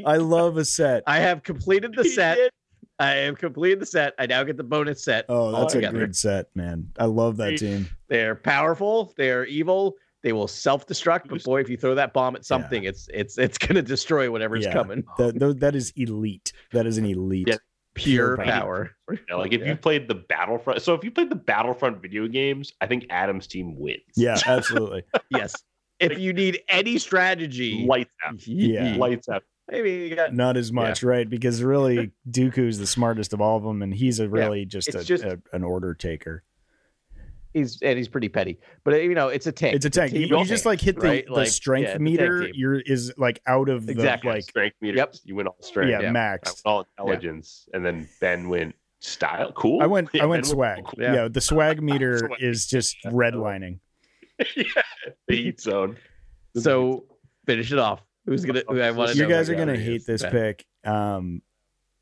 S1: I love a set.
S4: I have completed
S2: *laughs*
S4: the
S2: He
S4: set.
S2: did.
S4: I have completed the set. I now get the bonus set.
S1: Oh, that's a
S4: altogether.
S1: good set, man. I love that team.
S4: They're powerful. They're evil. They will self-destruct. But boy, if you throw that bomb at something, it's it's it's gonna destroy whatever's
S1: Yeah.
S4: coming.
S1: That tho- that is elite. That is an elite.
S2: Yeah.
S4: Pure
S1: Pure
S4: power.
S2: *laughs* Yeah, like if
S4: Yeah.
S2: you played the Battlefront, so if you played the Battlefront video games, I think Adam's team wins.
S1: Yeah, absolutely.
S4: *laughs* yes. If you need any strategy,
S2: lights out,
S4: *laughs*
S1: Yeah.
S2: lights out.
S4: maybe you got.
S1: Not as much, right? Because really, Dooku's the smartest of all of them, and he's a really just,
S4: It's
S1: a,
S4: just-
S1: a- an order taker.
S4: He's and he's pretty petty, but you know it's a tank.
S1: It's a tank. You,
S4: team
S1: you
S4: tank,
S1: just like hit the,
S4: right?
S1: the
S4: Like,
S1: strength
S4: yeah, the tank
S1: meter.
S4: team.
S1: You're is like out of the
S4: Exactly.
S1: like
S2: strength meters.
S4: Yep.
S2: You went all strength.
S1: yeah,
S4: Yeah.
S2: I
S1: maxed.
S2: went all intelligence, and then Ben went style. Cool.
S1: I went
S4: *laughs*
S1: I
S2: *laughs* Ben
S1: went swag.
S2: cool.
S1: Yeah.
S4: Yeah.
S1: the
S4: *laughs*
S1: swag meter
S2: Swag.
S1: is just
S2: Yeah.
S1: redlining.
S2: The heat zone.
S4: So finish it off. Who's gonna? Who I want to.
S1: You
S2: know
S1: guys
S2: who
S1: are
S2: the
S1: gonna
S2: other
S1: hate this
S4: pick.
S1: pick. Um,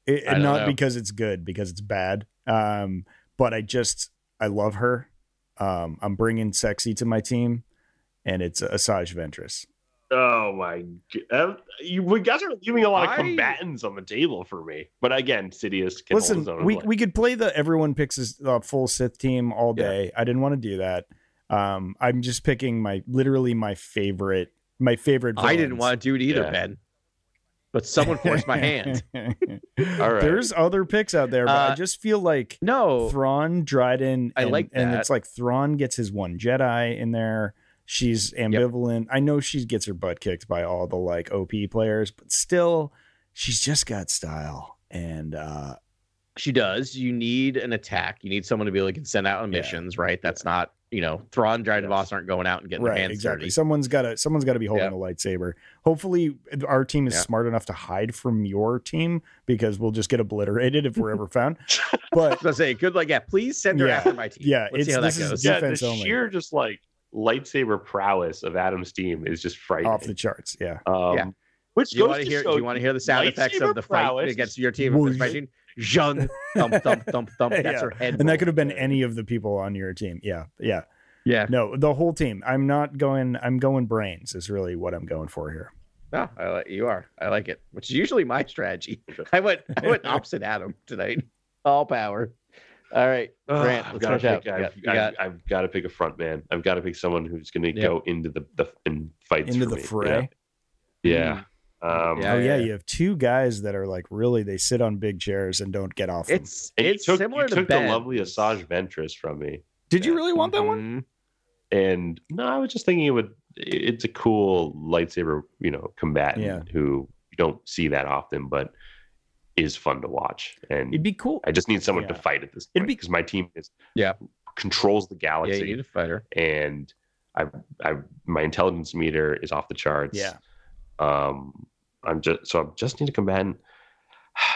S1: it,
S4: I don't
S1: not
S4: know.
S1: because it's good, because it's bad. Um, but I just I love her. Um, I'm bringing sexy to my team, and it's Asajj Ventress.
S2: oh my god, you we guys are leaving a lot of
S4: I-
S2: combatants on the table for me. But again, Sidious can hold his
S1: Listen,
S2: own.
S1: we, we could play the everyone picks his uh, full Sith team all
S4: Yeah.
S1: day. I didn't want to do that. Um, I'm just picking my literally my favorite my favorite.
S4: I didn't
S1: villains.
S4: want to do it either,
S2: Yeah.
S4: Ben. But someone
S1: *laughs*
S4: forced my hand.
S2: All right.
S1: There's other picks out there, but I
S4: Uh,
S1: just feel like
S4: No,
S1: Thrawn, Dryden,
S4: I
S1: and,
S4: like
S1: and
S4: that.
S1: it's like Thrawn gets his one Jedi in there. She's ambivalent. I know she gets her butt kicked by all the like OP players, but still, she's just got style. And uh
S4: She does. You need an attack. You need someone to be able to send out on
S1: Yeah.
S4: missions, right? That's not, you know, Thrawn, Dryden, Voss aren't going out and getting their
S1: right,
S4: hands
S1: exactly.
S4: dirty.
S1: Someone's gotta someone's gotta be holding
S4: Yeah.
S1: a lightsaber. Hopefully our team is
S4: Yeah.
S1: smart enough to hide from your team because we'll just get obliterated if *laughs* we're ever found. But
S4: I was gonna say, good luck. Yeah, please send her
S1: Yeah.
S4: after my team.
S1: Yeah,
S4: Let's see
S1: it's-
S4: how that
S1: this is
S4: goes.
S2: yeah, the
S1: defense only.
S2: sheer just like lightsaber prowess of Adam Steam is just frightening.
S1: off the charts. Yeah.
S2: um,
S4: Yeah.
S2: Which
S4: Do you
S2: goes
S4: want
S2: to
S4: to hear?
S2: show
S4: Do you want to hear the sound effects
S2: lightsaber
S4: of the fight
S2: prowess.
S4: against your team? if it's fighting? Zhun, thump, thump, thump,
S1: *laughs*
S4: thump. That's
S1: Yeah.
S4: her head.
S1: And
S4: roll.
S1: that could have been any of the people on your team. Yeah. Yeah.
S4: Yeah.
S1: No, the whole team. I'm not going, I'm going brains is really what I'm going for here.
S4: No, Oh, I like you are. I like it, which is usually my strategy. I went, I
S1: *laughs*
S4: went opposite Adam tonight. All power. All right,
S2: Ugh,
S4: Grant,
S2: I've
S4: let's
S2: gotta
S4: finish out.
S2: pick-
S4: You
S2: I've-
S4: got- you got-
S2: I've- I've got to pick a front man. I've got to pick someone who's going to
S4: Yeah.
S2: go into the the and fights
S1: Into
S2: for
S1: the
S2: me.
S1: fray.
S2: Yeah. Yeah. Um,
S4: Hmm. Yeah,
S1: oh, yeah,
S4: yeah.
S1: You have two guys that are like really, they sit on big chairs and don't get off. them.
S4: it's
S2: and you
S4: it's
S2: took,
S4: similar
S2: you
S4: to
S2: took
S4: ben.
S2: the lovely Asajj Ventress from me,
S1: Did you really want that
S2: Mm-hmm.
S1: one?
S4: Mhm.
S2: and no, I was just thinking it would. It's a cool lightsaber, you know, combatant
S1: Yeah.
S2: who you don't see that often, but is fun to watch. And
S1: Mm-hmm. It'd be cool.
S2: I just need someone to
S1: Yeah.
S2: fight at this
S1: It'd
S2: point
S1: be-
S2: because my team is
S4: Yeah.
S2: controls the
S4: Yeah,
S2: galaxy.
S4: you need a fighter.
S2: and I, I, my intelligence meter is off the charts.
S1: Yeah.
S2: Um, I'm just so I'm just need a combatant. *sighs*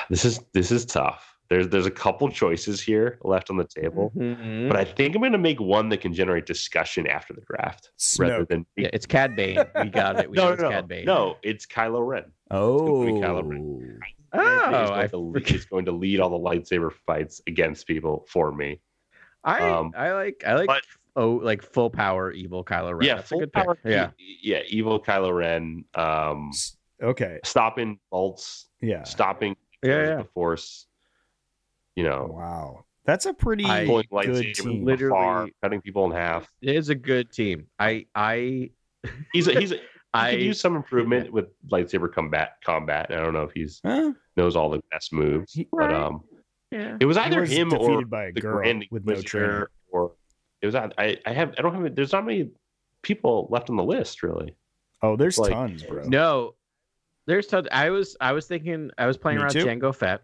S2: This is this is tough. There's there's a couple choices here left on the table,
S4: Mhm.
S2: but I think I'm going to make one that can generate discussion after the draft rather
S1: Snoke.
S2: than
S4: Yeah, it's
S2: *laughs*
S4: Cad Bane. We got it. We know
S2: no
S4: it's
S2: no
S4: Cad
S2: no,
S4: Bane.
S2: no it's Kylo Ren. gonna be Kylo
S1: Oh.
S4: *laughs* Oh,
S2: Kylo Ren is
S4: I
S2: going, to lead, is going to lead all the lightsaber fights against people for me.
S4: I
S2: Um,
S4: I like I like
S2: but-
S4: oh like full power evil Kylo Ren.
S2: Yeah,
S4: That's
S2: full
S4: a good
S2: power. E,
S4: pick. Yeah,
S2: yeah, evil Kylo Ren. Um,
S1: S- Okay.
S2: stopping bolts,
S1: Yeah.
S2: stopping
S4: yeah,
S2: with
S4: yeah.
S2: the force. You know,
S1: Wow. That's a pretty
S4: I-
S2: pulling
S1: good team.
S2: lightsabers from afar,
S4: Literally-
S2: cutting people in half.
S4: It is a good team. I I
S2: He's a, he's a, I
S4: I
S2: could use some improvement with lightsaber combat combat. I don't know if he's
S1: Huh?
S2: knows all the best moves,
S1: He-
S2: but um,
S4: yeah.
S2: it was
S1: He
S2: either
S1: was
S2: him
S1: defeated
S2: or
S1: by a
S2: the
S1: girl
S2: Grand
S1: with no training.
S2: Inquisitor, or it was. not- I I have I don't have there's not many people left on the list really.
S1: Oh, there's
S2: Like-
S1: tons, bro.
S4: No, there's tons. I was I was thinking I was playing
S1: Me
S4: around
S1: too.
S4: Django Fett.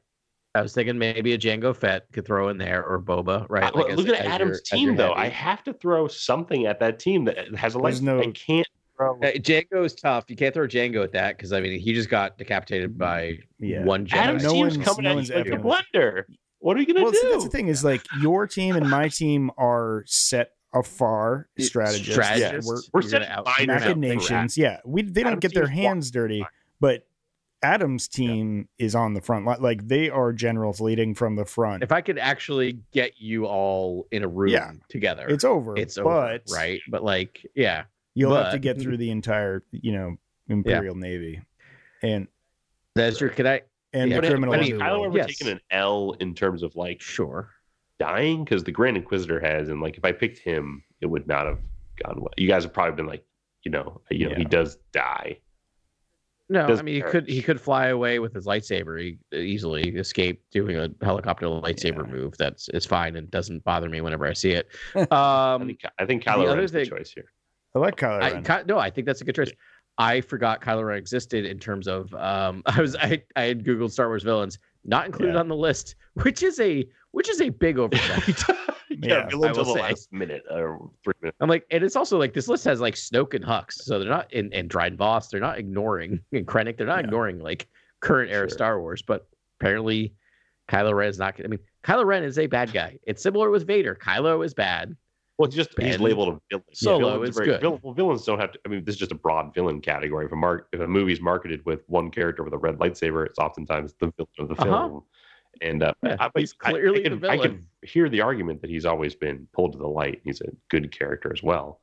S4: I was thinking maybe a Django Fett could throw in there or Boba, right?
S2: I- Uh, look at Adam's team though. I
S4: I
S2: have to throw something at that team that has a
S1: There's
S2: lightsaber.
S1: no-
S2: I can't throw.
S4: Django is tough. You can't throw Django at that because I mean he just got decapitated by
S1: Yeah.
S4: one Jedi.
S2: Adam's
S1: No
S2: team's
S1: one's-
S2: coming
S1: no
S2: at
S1: one's
S2: you like a
S1: ever
S2: blender. What are you gonna
S1: Well,
S2: do?
S1: see, that's the thing is like your team and my team are set afar strategists.
S4: Strategist.
S1: We're
S2: We're
S4: You're
S2: setting
S4: gonna out-
S2: minor
S4: you're gonna out-
S1: machinations. Yeah, we they don't
S2: Adam's
S1: get their
S2: team's
S1: hands dirty, but Adam's team is on the front line. Like they are generals leading from the front.
S4: If I could actually get you all in a room
S1: Yeah.
S4: together,
S1: It's over.
S4: it's over,
S1: but
S4: right? But like, yeah,
S1: You'll have to
S4: But-
S1: get through the entire, you know, Imperial Navy, and
S4: that's true. Could I?
S1: and
S4: Yeah,
S1: the
S2: But I-
S1: criminal
S2: but has Kylo
S1: underworld.
S2: ever
S4: Yes.
S2: taken an L in terms of like
S4: Sure.
S2: dying? Because the Grand Inquisitor has, and like if I picked him, it would not have gone well. You guys have probably been like, you know, you know, he
S1: Yeah.
S2: does die.
S4: No, I
S2: Doesn't
S4: mean he
S2: hurt.
S4: could he could fly away with his lightsaber he, easily, escape doing a helicopter lightsaber move. That's it's fine and doesn't bother me whenever
S1: *laughs*
S4: I see it.
S2: I
S4: Um,
S2: think, I think Kylo
S4: other
S2: Ren's the
S4: thing-
S2: choice here.
S4: *laughs*
S2: *laughs*
S1: I like Kylo
S4: I,
S1: Ren.
S4: Ky- no, I think that's a good choice. I forgot Kylo Ren existed in terms of um, *laughs* I was I, I had googled Star Wars villains not included
S1: Yeah.
S4: on the list, which is a which is
S1: *laughs*
S4: a big oversight.
S1: Yeah,
S2: we lived
S4: I
S2: till
S4: will
S2: the
S4: say.
S2: last minute or three minutes.
S4: I'm like, and it's also like this list has like Snoke and Hux, so they're not and, and Dryden Voss, they're not ignoring *laughs* and Krennic, they're not
S1: Yeah.
S4: ignoring like current era
S2: Sure.
S4: Star Wars, but apparently Kylo Ren is not. I mean, Kylo Ren is a bad guy. It's similar with Vader. Kylo is bad.
S2: Well, it's just he's
S4: Ben
S2: labeled a villain.
S4: Solo
S2: Villains
S4: is
S2: are
S4: good.
S2: vill- well, villains don't have to. I mean, this is just a broad villain category. If a mark, if a movie's marketed with one character with a red lightsaber, it's oftentimes the villain of the film.
S4: Uh-huh.
S2: And uh,
S4: Yeah,
S2: I, I-
S4: he's
S2: I- I
S4: clearly the
S2: can- I can
S4: villain.
S2: hear the argument that he's always been pulled to the light. He's a good character as well,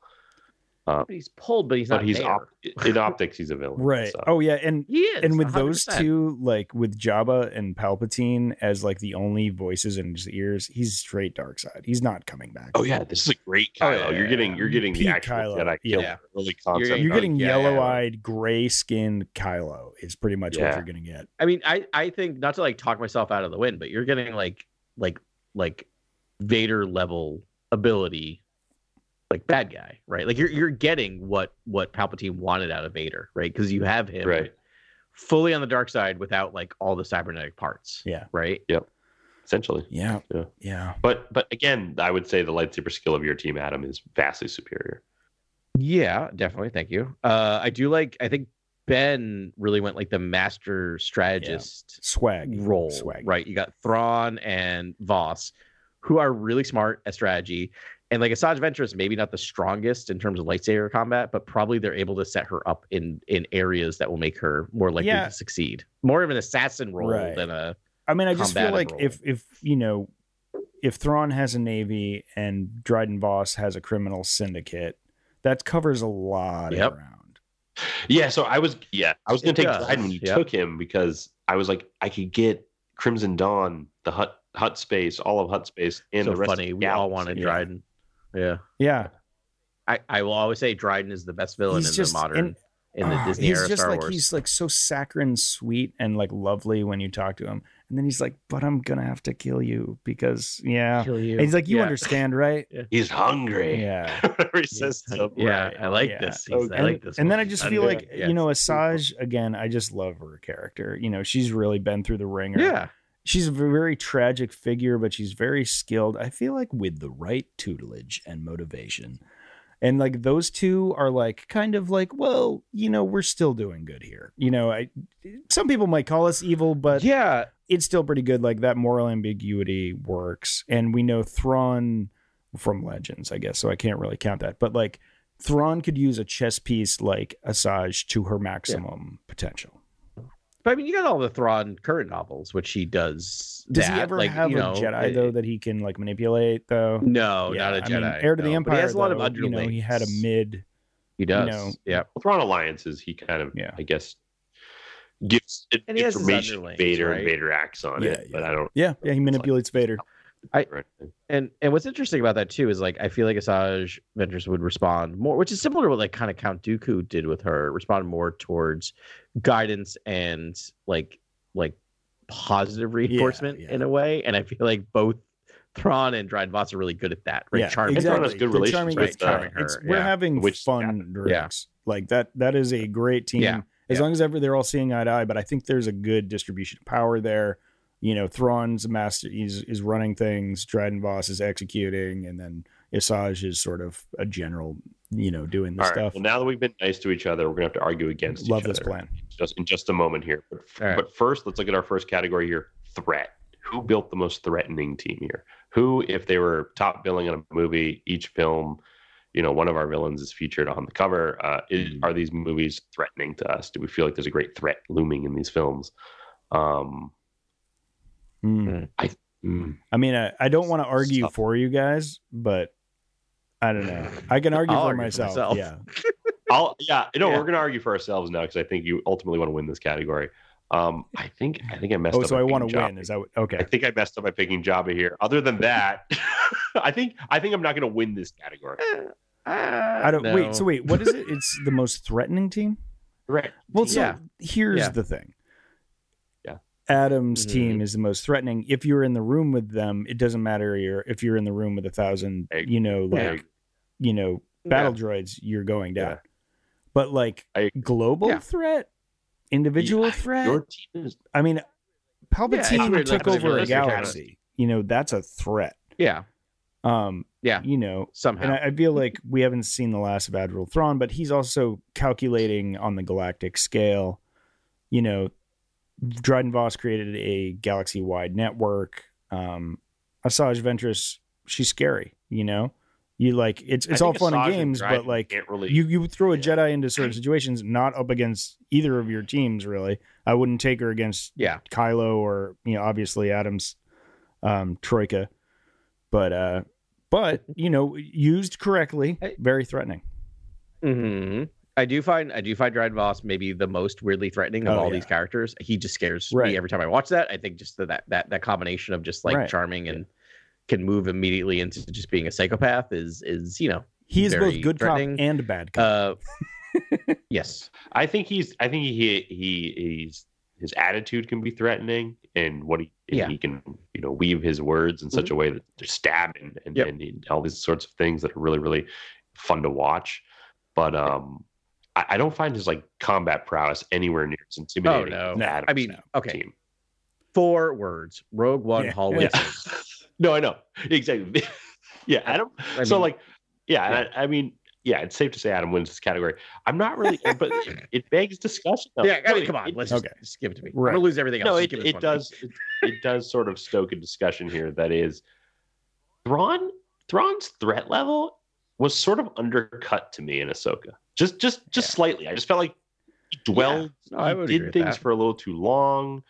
S4: But he's pulled, but he's
S2: but
S4: not.
S2: he's
S4: there.
S2: op- *laughs* in optics he's a villain.
S1: Right.
S2: so.
S1: Oh yeah, and
S4: he is.
S1: and with those
S4: 100%.
S1: two, like with Jabba and Palpatine as like the only voices in his ears, he's straight dark side. He's not coming back.
S2: Oh yeah, this is a great
S4: Oh,
S2: Kylo.
S4: yeah,
S2: you're
S4: yeah,
S2: getting
S4: yeah.
S2: you're getting
S1: Peak
S2: the actual
S1: Kylo,
S2: Jedi
S1: yeah.
S2: kill. Early concept.
S4: getting-
S1: You're getting
S4: Yeah, yeah, yeah.
S1: yellow-eyed, gray-skinned Kylo is pretty much what
S2: Yeah.
S1: you're gonna get.
S4: I mean, I I think not to like talk myself out of the win, but you're getting like like like Vader level ability, like bad guy, right? Like you're you're getting what what Palpatine wanted out of Vader, right? Because you have him
S2: right.
S4: fully on the dark side without like all the cybernetic parts,
S1: Yeah.
S4: right?
S2: Essentially.
S1: Yeah.
S2: Yeah.
S1: Yeah.
S2: But but again, I would say the lightsaber skill of your team, Adam, is vastly superior.
S4: Yeah, definitely. Thank you. Uh, I do like. I think Ben really went like the master strategist
S1: Swag.
S4: role,
S1: Swag.
S4: right? You got Thrawn and Voss, who are really smart at strategy, And like Asajj Ventress, is maybe not the strongest in terms of lightsaber combat, but probably they're able to set her up in in areas that will make her more likely
S1: Yeah.
S4: to succeed. More of an assassin role
S1: Right.
S4: than a
S1: I mean, I just feel
S4: combat
S1: like
S4: role.
S1: if if you know if Thrawn has a navy and Dryden Voss has a criminal syndicate, that covers a lot of
S4: Yep.
S1: ground.
S2: Yeah, so I was yeah, I was gonna
S4: It
S2: take
S4: does,
S2: Dryden when you
S4: yeah.
S2: took him because I was like, I could get Crimson Dawn, the Hut Hut space, all of Hut space, and
S4: so
S2: the rest.
S4: funny.
S2: Of
S4: We all
S2: Galaxy.
S4: wanted
S1: yeah.
S4: Dryden. Yeah.
S1: Yeah,
S4: I, I will always say Dryden is the best villain
S1: He's
S4: in
S1: just-
S4: the modern
S1: and-
S4: in the
S1: Ah,
S4: Disney
S1: he's
S4: era
S1: just
S4: Star
S1: like
S4: Wars.
S1: he's like so saccharine sweet and like lovely when you talk to him, and then he's like, "But I'm gonna have to kill you because yeah."
S4: Kill you.
S1: And he's like, "You
S4: Yeah.
S1: understand, right?"
S2: He's hungry.
S1: yeah.
S2: Whatever *laughs* he says to him.
S4: Yeah, I like
S1: yeah.
S4: this.
S2: Okay.
S4: *laughs* I like this.
S1: And then I
S4: one.
S1: just
S4: I'm
S1: feel
S4: good.
S1: like
S4: Yeah,
S1: you know
S4: it's beautiful.
S1: Asajj again. I just love her character. You know, she's really been through the ringer.
S4: Yeah.
S1: she's a very tragic figure, but she's very skilled. I feel like with the right tutelage and motivation. And like those two are like kind of like, well, you know, we're still doing good here. You know, I some people might call us evil, but
S4: yeah.
S1: it's still pretty good. Like that moral ambiguity works. And we know Thrawn from Legends, I guess, so I can't really count that. But like Thrawn could use a chess piece like Asajj to her maximum potential.
S4: But I mean, you got all the Thrawn current novels, which he does.
S1: Does
S4: that.
S1: he ever
S4: like,
S1: have
S4: you know,
S1: a Jedi
S4: it-
S1: though that he can like manipulate though?
S4: No,
S1: Yeah,
S4: Oh, not a
S1: I
S4: Jedi.
S1: mean, heir to the
S4: no. But
S1: Empire.
S4: He has a lot of
S1: though,
S4: underlings.
S1: You know, he had a mid.
S4: He does.
S1: know,
S4: yeah.
S2: Well, Thrawn Alliances, he kind of,
S1: Yeah.
S2: I guess, gives
S4: And he has his
S2: information
S4: underlings,
S2: Vader
S4: right?
S2: and Vader acts on
S1: Yeah,
S2: it, but I don't.
S1: Yeah, yeah. He manipulates Vader.
S4: I- And and what's interesting about that too is like I feel like Asajj Ventress would respond more, which is similar to what like kind of Count Dooku did with her, respond more towards guidance and like like positive reinforcement
S1: yeah.
S4: in a way. And I feel like both Thrawn and Dryden Voss are really good at that, right?
S1: Yeah,
S4: Charming.
S1: Exactly.
S2: Thrawn has good
S1: The
S2: relations
S1: charming
S2: with
S1: gets
S2: uh,
S1: charming.
S4: her,
S1: It's, We're
S4: yeah.
S1: having
S2: Which-
S1: fun
S4: yeah.
S1: drinks. Like that. That is a great team.
S4: Yeah,
S1: As
S4: yeah.
S1: long as ever they're all seeing eye to eye, but I think there's a good distribution of power there. You know, Thrawn's a master is is running things. Dryden Voss is executing, and then Asajj is sort of a general. You know, doing the
S2: All right.
S1: stuff.
S2: Well, now that we've been nice to each other, we're gonna have to argue against
S1: Love
S2: each
S1: this
S2: other.
S1: plan.
S2: just in just a moment here. But,
S4: All right.
S2: but first, let's look at our first category here: threat. Who built the most threatening team here? Who, if they were top billing in a movie, each film, you know, one of our villains is featured on the cover. Uh, is, are these movies threatening to us? Do we feel like there's a great threat looming in these films? Um,
S1: Mm.
S2: mm,
S1: I mean, I, I don't want to argue
S2: Stop.
S1: for you guys, but I don't know. I can argue,
S4: I'll
S1: for,
S4: argue for
S1: myself.
S4: myself.
S1: Yeah.
S2: I'll, yeah, you know,
S4: Yeah.
S2: we're gonna argue for ourselves now because I think you ultimately want to win this category. Um, I think I think I messed
S1: Oh,
S2: up.
S1: so
S2: by
S1: I want
S2: picking
S1: to
S2: Jabba.
S1: win. Is that what?
S2: I
S1: Okay.
S2: think I messed up by picking Jabba here. Other than that, *laughs* I think I think I'm not going to win this category.
S4: Eh,
S1: I don't. Wait. So wait. What is
S4: *laughs*
S1: it? It's the most threatening team.
S2: Right.
S1: Well, so
S4: Yeah.
S1: here's
S4: Yeah.
S1: the thing.
S2: Yeah.
S1: Adam's
S4: Mhm.
S1: team is the most threatening. If you're in the room with them, it doesn't matter. You're, if you're in the room with a thousand,
S2: I-
S1: you know, like
S2: Yeah.
S1: you know, battle droids, you're going down. But like
S2: I-
S1: global
S4: Yeah.
S1: threat, individual
S2: Yeah,
S1: threat.
S2: Your team is
S1: I mean, Palpatine
S4: it's weird, like,
S1: took
S4: when
S1: over
S4: they
S1: a
S4: released the
S1: galaxy. You know, that's a threat.
S4: yeah,
S1: Um,
S4: Yeah.
S1: you know, and
S4: somehow.
S1: I, I feel like we haven't seen the last of Admiral Thrawn, but he's also calculating on the galactic scale. You know, Dryden Voss created a galaxy-wide network. Um, Asajj Ventress, she's scary. You know, you like it's it's
S2: I
S1: all
S2: think
S1: fun
S2: Asajj
S1: and games,
S2: Dryden
S1: but like
S2: can't really.
S1: you you throw a
S2: Yeah.
S1: Jedi into certain situations, not up against either of your teams. Really, I wouldn't take her against
S4: Yeah.
S1: Kylo or you know obviously Adams um troika but uh but you know used correctly
S4: Hey.
S1: very threatening
S2: Mm-hmm.
S4: hmm I do find I do find Dryden Voss maybe the most weirdly threatening of
S1: Oh,
S4: all
S1: yeah.
S4: these characters. He just scares
S1: Right.
S4: me every time I watch that. I think just the, that that that combination of just like
S1: Right.
S4: charming and can move immediately into just being a psychopath is is you know
S1: he is
S4: Very
S1: both good cop
S4: threatening.
S1: and bad cop
S4: uh
S1: *laughs*
S4: yes
S2: I think he's. I think he he he's his attitude can be threatening, and what he and
S4: Yeah. Mm-hmm.
S2: he can you know weave his words in such a way that they're stabbing and,
S4: Yep.
S2: and, and all these sorts of things that are really really fun to watch. But um, I, I don't find his like combat prowess anywhere near as
S4: oh
S2: intimidating.
S4: no
S2: as Adam's
S4: I mean okay
S2: team.
S4: four words Rogue One
S1: Yeah.
S4: hallway
S2: Yeah. *laughs* no, I know exactly. *laughs* yeah, Adam.
S1: *laughs*
S4: I
S2: so
S4: mean,
S2: like, yeah, and I, I mean, yeah, it's safe to say Adam wins this category. I'm not
S4: *laughs*
S2: really, but it, it begs discussion. though.
S4: yeah I
S2: No,
S4: mean
S2: it-
S4: come on
S2: it-
S4: let's just,
S1: okay.
S4: just give it to me
S1: Right.
S4: I'm gonna lose everything else
S2: no,
S4: Just
S2: it,
S4: give this
S2: it
S4: one to me.
S2: does. It, it does sort of stoke a discussion here. That is, Thrawn Thrawn's threat level was sort of undercut to me in Ahsoka. Just just just slightly. I just felt like he dwelled
S4: No, I
S2: he
S4: would agree
S2: did
S4: with
S2: things
S4: that.
S2: for a little too long.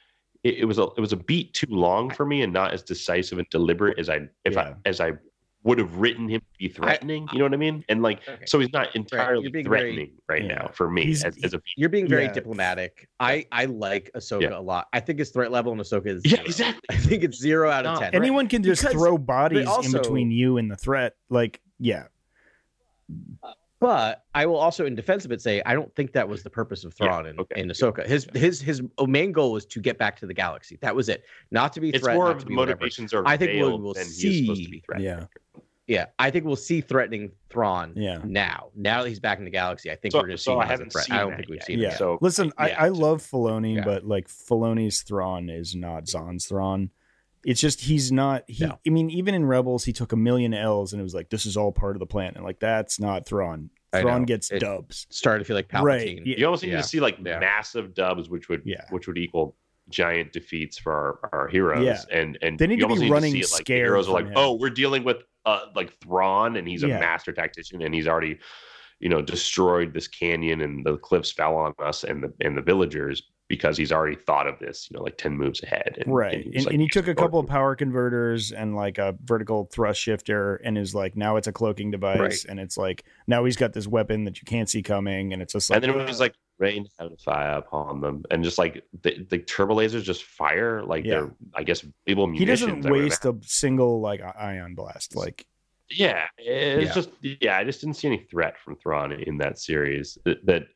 S2: It, it was a it was a beat too long for me and not as decisive and deliberate as I if
S1: Yeah.
S2: I as I would have written him to be threatening. you know what I mean? And like
S4: Okay.
S2: so he's not entirely
S4: being very-
S2: threatening right
S1: Yeah.
S2: now for me
S1: He's-
S2: as, as a
S4: You're being very
S1: Yeah.
S4: diplomatic. I I like Ahsoka
S2: Yeah.
S4: a lot. I think his threat level in Ahsoka is
S2: Yeah,
S4: zero.
S2: exactly.
S4: *laughs* I think it's zero out of
S2: No.
S4: ten.
S1: Anyone can just
S4: Because-
S1: throw bodies in
S4: also-
S1: between you and the threat. Like, yeah,
S4: But I will also, in defense of it, say I don't think that was the purpose of
S2: Yeah,
S4: Thrawn and,
S2: okay.
S4: and Ahsoka. His his his oh, main goal was to get back to the galaxy. That was it. Not to be
S2: It's
S4: threatened.
S2: more
S4: not
S2: of
S4: to
S2: the
S4: be whatever.
S2: motivations are
S4: I think we
S2: veiled
S4: will
S2: than he is supposed to be
S4: see-
S2: threatening.
S1: yeah,
S4: Yeah, I think we'll see threatening Thrawn
S1: yeah,
S4: now. Now that he's back in the galaxy, I think
S2: So-
S4: we're just
S2: so
S4: seeing
S2: I
S4: him as a
S2: haven't
S4: threat.
S2: seen
S4: I don't
S2: that
S4: think we've
S2: yet.
S4: seen
S1: yeah.
S4: him.
S2: So,
S1: listen,
S2: yeah.
S1: I, I love Filoni,
S4: Yeah.
S1: but like Filoni's Thrawn is not Zahn's Thrawn. It's just he's not. He,
S4: No.
S1: I mean, even in Rebels, he took a million L's and it was like, this is all part of the plan, and like that's not Thrawn.
S4: I
S1: Thrawn
S4: know.
S1: gets
S4: It-
S1: dubs,
S4: Started to feel like Palpatine.
S1: right? Yeah.
S2: You almost need
S4: Yeah.
S2: to see like
S4: Yeah.
S2: massive dubs, which would
S1: Yeah.
S2: which would equal giant defeats for our, our heroes.
S1: Yeah.
S2: And and
S1: They need
S2: you
S1: to be
S2: almost
S1: running
S2: see it, like, the
S1: scared
S2: heroes are
S1: from
S2: like,
S1: him.
S2: oh, we're dealing with uh like Thrawn, and he's
S1: Yeah.
S2: a master tactician, and he's already you know destroyed this canyon, and the cliffs fell on us and the and the villagers because he's already thought of this, you know, like ten moves ahead. And,
S1: right
S2: he's
S1: and,
S2: like,
S1: and he took a
S2: "Sure."
S1: couple of power converters and like a vertical thrust shifter and is like now it's a cloaking device
S4: Right.
S1: and it's like now he's got this weapon that you can't see coming and it's just like
S2: and then it was like rain had fire upon them, and just like the, the turbo lasers just fire like
S1: Yeah.
S2: they're I guess able
S1: he
S2: munitions.
S1: doesn't
S2: that were
S1: waste a single like i- ion blast like
S2: Yeah, it's
S4: Yeah.
S2: just yeah, I just didn't see any threat from Thrawn in that series that, that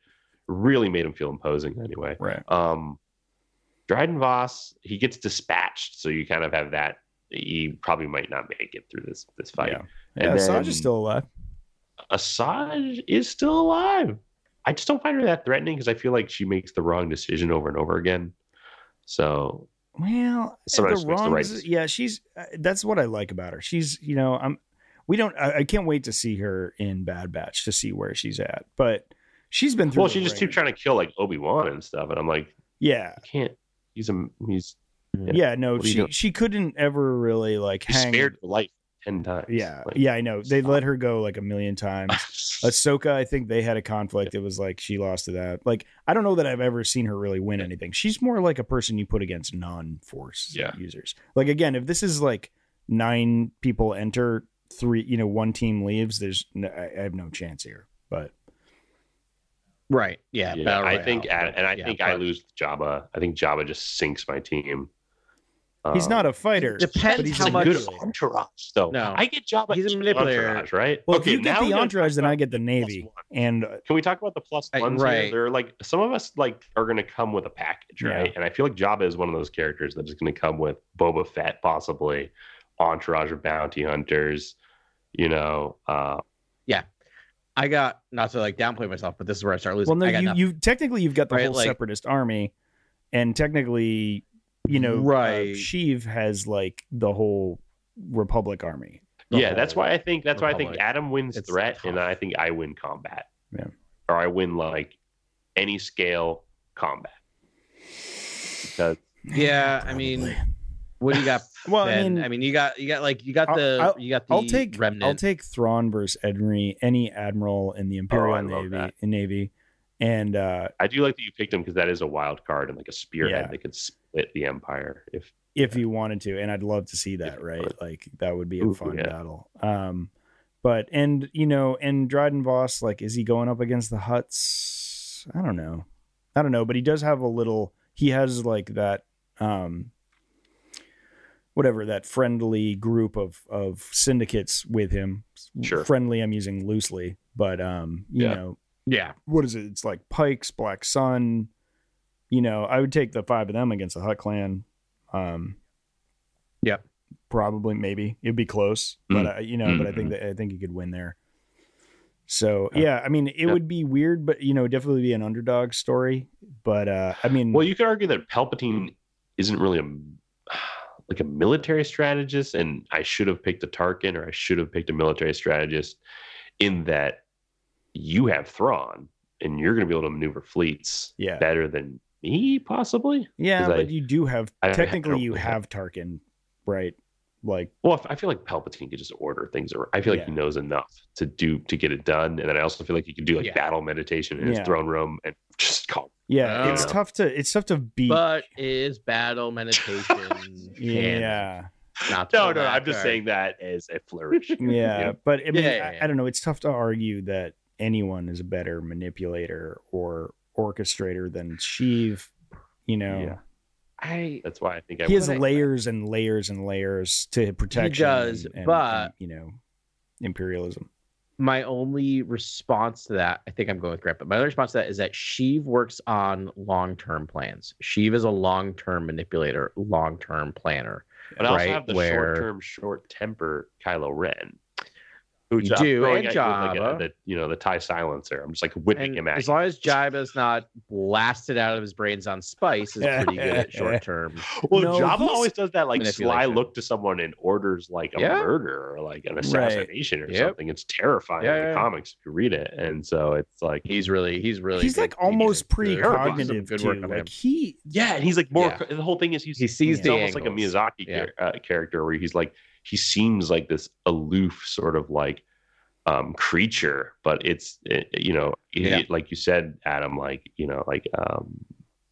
S2: really made him feel imposing. Anyway,
S1: right
S2: um, Dryden Voss he gets dispatched, so you kind of have that. He probably might not make it through this this fight.
S1: yeah
S2: And
S1: yeah Asajj
S2: then-
S1: is still alive
S2: Asajj is still alive. I just don't find her that threatening because I feel like she makes the wrong decision over and over again. So
S1: well
S2: Sometimes
S1: the
S2: makes the
S1: wrongs,
S2: right decision.
S1: yeah she's uh, that's what i like about her she's you know i'm we don't I, I can't wait to see her in bad batch to see where she's at but she's been through
S2: well,
S1: the
S2: she just
S1: ringer.
S2: keeps trying to kill like Obi Wan and stuff, and I'm like,
S1: yeah
S2: I can't. He's a he's
S1: yeah no
S2: What are you
S1: she
S2: doing?
S1: she couldn't ever really like
S2: he
S1: hang
S2: *laughs* spared your life ten times.
S1: yeah
S2: Like,
S1: yeah i know they let her go like a million
S2: *laughs*
S1: times ahsoka i think they had a conflict it was like she lost to that like i don't know that i've ever seen her really win anything she's more like a person you put against non-force
S2: Yeah.
S1: users like again if this is like nine people enter three you know one team leaves there's no, I, I have no chance here but
S4: Right. Yeah.
S2: Yeah,
S4: Battle
S2: I
S4: Royale,
S2: think,
S4: but-
S2: and I
S4: yeah,
S2: think I
S4: but-
S2: lose Jabba. I think Jabba just sinks my team.
S1: he's
S2: Um,
S1: not a fighter
S4: Depends
S1: but he's
S4: how
S2: a
S1: a
S4: much-
S2: good
S1: manipulator.
S2: entourage, though.
S4: No.
S2: I get Jabba.
S4: He's a
S2: and
S4: manipulator.
S2: entourage, right?
S1: well if you
S2: now
S1: get
S2: we're
S1: the
S2: gonna
S1: entourage
S2: talk
S1: then i
S2: about
S1: get the
S2: the plus
S1: navy
S2: one.
S1: and uh,
S2: Can we talk about the plus
S4: Uh,
S2: ones?
S4: right.
S2: Right. They're like some of us like are going to come with a package,
S1: Yeah.
S2: right? And I feel like Jabba is one of those characters that is going to come with Boba Fett, possibly entourage of bounty hunters. You know, uh,
S4: I got not to like downplay myself, but this is where I start losing.
S1: Well, no,
S4: I got
S1: you,
S4: nothing.
S1: you technically you've got the
S4: Right,
S1: whole
S4: like-
S1: separatist army, and technically, you know,
S4: Right.
S1: Uh, Sheev has like the whole Republic army.
S4: the
S2: yeah, that's
S1: *laughs*
S4: whole
S2: why I think that's why I
S4: Republic.
S2: think Adam wins
S4: It's
S2: threat, and
S4: tough.
S2: I think I win combat.
S1: Yeah.
S2: or I win like any scale combat. Because
S4: Yeah, I mean, what do you got?
S1: Well, I
S4: ben?
S1: mean,
S4: I mean, you got you got like you got
S1: I'll-
S4: the
S1: I'll-
S4: you got the
S1: I'll take
S4: remnant.
S1: I'll take Thrawn versus Edry, any admiral in the Imperial
S2: Oh, I love
S1: Navy,
S2: that.
S1: Navy, and uh,
S2: I do like that you picked him because that is a wild card and like a
S1: Yeah.
S2: spearhead that could split the empire. If
S1: if you wanted to and i'd love to see that
S2: Yeah.
S1: right like that would be a
S2: Ooh,
S1: fun
S2: yeah.
S1: battle um but and you know and dryden voss like is he going up against the huts i don't know i don't know but he does have a little he has like that um whatever that friendly group of of syndicates with him
S2: Sure.
S1: friendly i'm using loosely but um you
S2: Yeah.
S1: know
S4: yeah,
S1: what is it it's like pikes black sun you know i would take the five of them against the hut clan um
S4: Yep.
S1: probably maybe it'd be close but
S2: Mm.
S1: uh, you know but i think that i think you could win there so
S2: Mm-hmm. Yeah.
S1: yeah i mean it
S2: Yeah.
S1: would be weird but you know definitely be an underdog story but uh i mean
S2: well, you could argue that Palpatine isn't really a *sighs* like a military strategist, and I should have picked a Tarkin or I should have picked a military strategist. In that you have Thrawn, and you're going to be able to maneuver fleets
S1: yeah
S2: better than me, possibly.
S1: yeah
S2: 'cause I-
S1: but you do have
S2: I- I
S1: technically
S2: don't
S1: you
S2: really
S1: have tarkin right Like,
S2: Well, I feel like Palpatine could just order things. Or I feel like he
S1: Yeah.
S2: knows enough to do to get it done. And then I also feel like he could do like
S4: Yeah.
S2: battle meditation in
S1: Yeah.
S2: his throne room and just call.
S1: yeah, it's
S2: Oh.
S1: tough to it's tough to beat.
S4: But is
S1: *laughs*
S4: battle meditation? canon?
S1: yeah,
S4: Not
S2: No,
S4: to
S2: no, I'm just
S4: Sorry.
S2: saying that as a flourish.
S1: *laughs* yeah, But I mean,
S4: Yeah, yeah,
S1: I,
S4: yeah.
S1: I don't know. It's tough to argue that anyone is a better manipulator or orchestrator than Sheev. You know,
S2: Yeah.
S4: I
S2: That's why I think I
S1: he has
S2: would-
S1: layers and layers and layers to protection.
S4: does,
S1: and- and-
S4: but-
S1: and, you know, imperialism.
S4: my only response to that, I think I'm going with Grant, but my only response to that is that Sheev works on long term plans. Sheev is a long term manipulator, long term planner.
S2: But I also
S4: right,
S2: have the
S4: where-
S2: short-term, short-temper Kylo Ren. Who
S4: You
S2: I'm
S4: do,
S2: throwing
S4: and
S2: at you with, like,
S4: Jabba.
S2: a- the, you know, the Thai silencer. I'm just like whipping
S4: And
S2: him at
S4: as
S2: you.
S4: long as Jaiba's not blasted out of his brains on spice, is pretty good
S1: *laughs*
S4: at short term.
S2: Well,
S1: No,
S2: Jabba
S1: he's-
S2: always does that like sly
S4: Manipulation.
S2: look to someone and orders like a
S4: Yeah.
S2: murder or like an assassination or
S4: Yep.
S2: something. It's terrifying
S4: Yeah,
S2: in the
S4: yeah.
S2: comics if you read it. And so it's like
S4: He's really, he's really,
S1: he's like
S4: good. He
S1: almost
S4: did- there was some
S1: precognitive
S4: Good
S1: too.
S4: work on
S1: Like
S4: him.
S1: he,
S2: yeah, and he's like more.
S4: Yeah.
S2: The whole thing is he's,
S4: He sees
S2: he's
S4: the
S2: almost like a
S4: angles.
S2: Miyazaki
S4: Yeah.
S2: char- uh, character where he's like he seems like this aloof sort of like um creature, but it's it, you know he-
S4: Yeah.
S2: like you said, Adam, like you know like um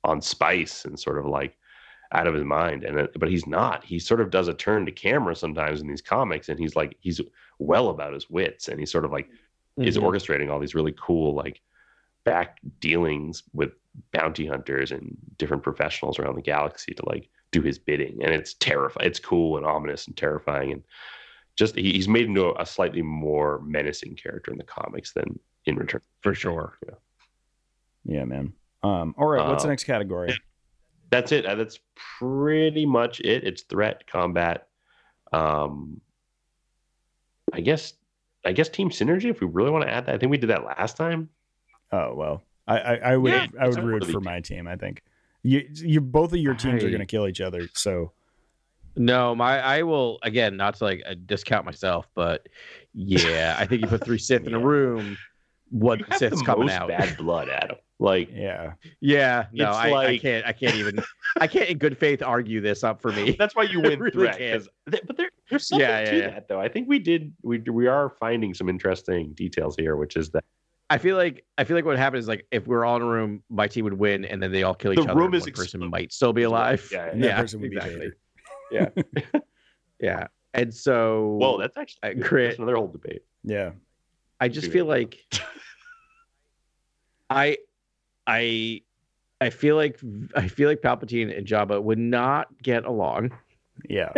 S2: on spice and sort of like out of his mind and it- but he's not he sort of does a turn to camera sometimes in these comics and he's like he's well about his wits and he's sort of like is
S4: Mhm.
S2: orchestrating all these really cool like back dealings with bounty hunters and different professionals around the galaxy to like do his bidding and it's terrifying it's cool and ominous and terrifying and just he, he's made into a, slightly more menacing character in the comics than in return
S4: for sure.
S1: yeah, man. Um, all right, what's the
S2: Uh,
S1: next category?
S2: that's it Uh, that's pretty much it it's threat combat um i guess i guess team synergy if we really want to add that i think we did that last time
S1: Oh well, I I, I would
S2: Yeah,
S1: I would
S2: it's
S1: root
S2: totally-
S1: for my team. I think you you both of your teams are
S2: I-
S1: going to kill each other. So
S4: No, my I will again not to like uh, discount myself, but yeah, I think
S2: *laughs*
S4: you put three Sith in a
S1: Yeah.
S4: room, one
S2: you have
S4: Sith's
S2: the
S4: coming
S2: most
S4: out.
S2: bad blood adam like
S1: yeah,
S4: *laughs* Yeah, no,
S2: It's
S4: I, I
S2: like-
S4: can't. I can't
S2: *laughs*
S4: even. I can't, in good faith, argue this up for me. *laughs*
S2: That's why you
S4: I
S2: win
S4: really
S2: threat.
S4: can't.
S2: 'cause th- but there, there's something
S4: Yeah, yeah,
S2: to
S4: yeah.
S2: that, though. I think we did. We we are finding some interesting details here, which is that
S4: I feel like I feel like what happened is like if we we're all in a room, my team would win, and then they all kill each
S2: The
S4: other.
S2: room
S4: and
S2: is
S4: one
S2: exploding.
S4: person might still be alive. *laughs*
S2: Yeah,
S1: and that person would be Vader.
S4: Yeah, yeah, and so
S2: well, that's actually
S4: Uh, crit.
S2: that's another whole debate.
S1: yeah.
S4: I just
S2: Dude.
S4: feel like I I I feel like I feel like Palpatine and Jabba would not get along.
S1: Yeah,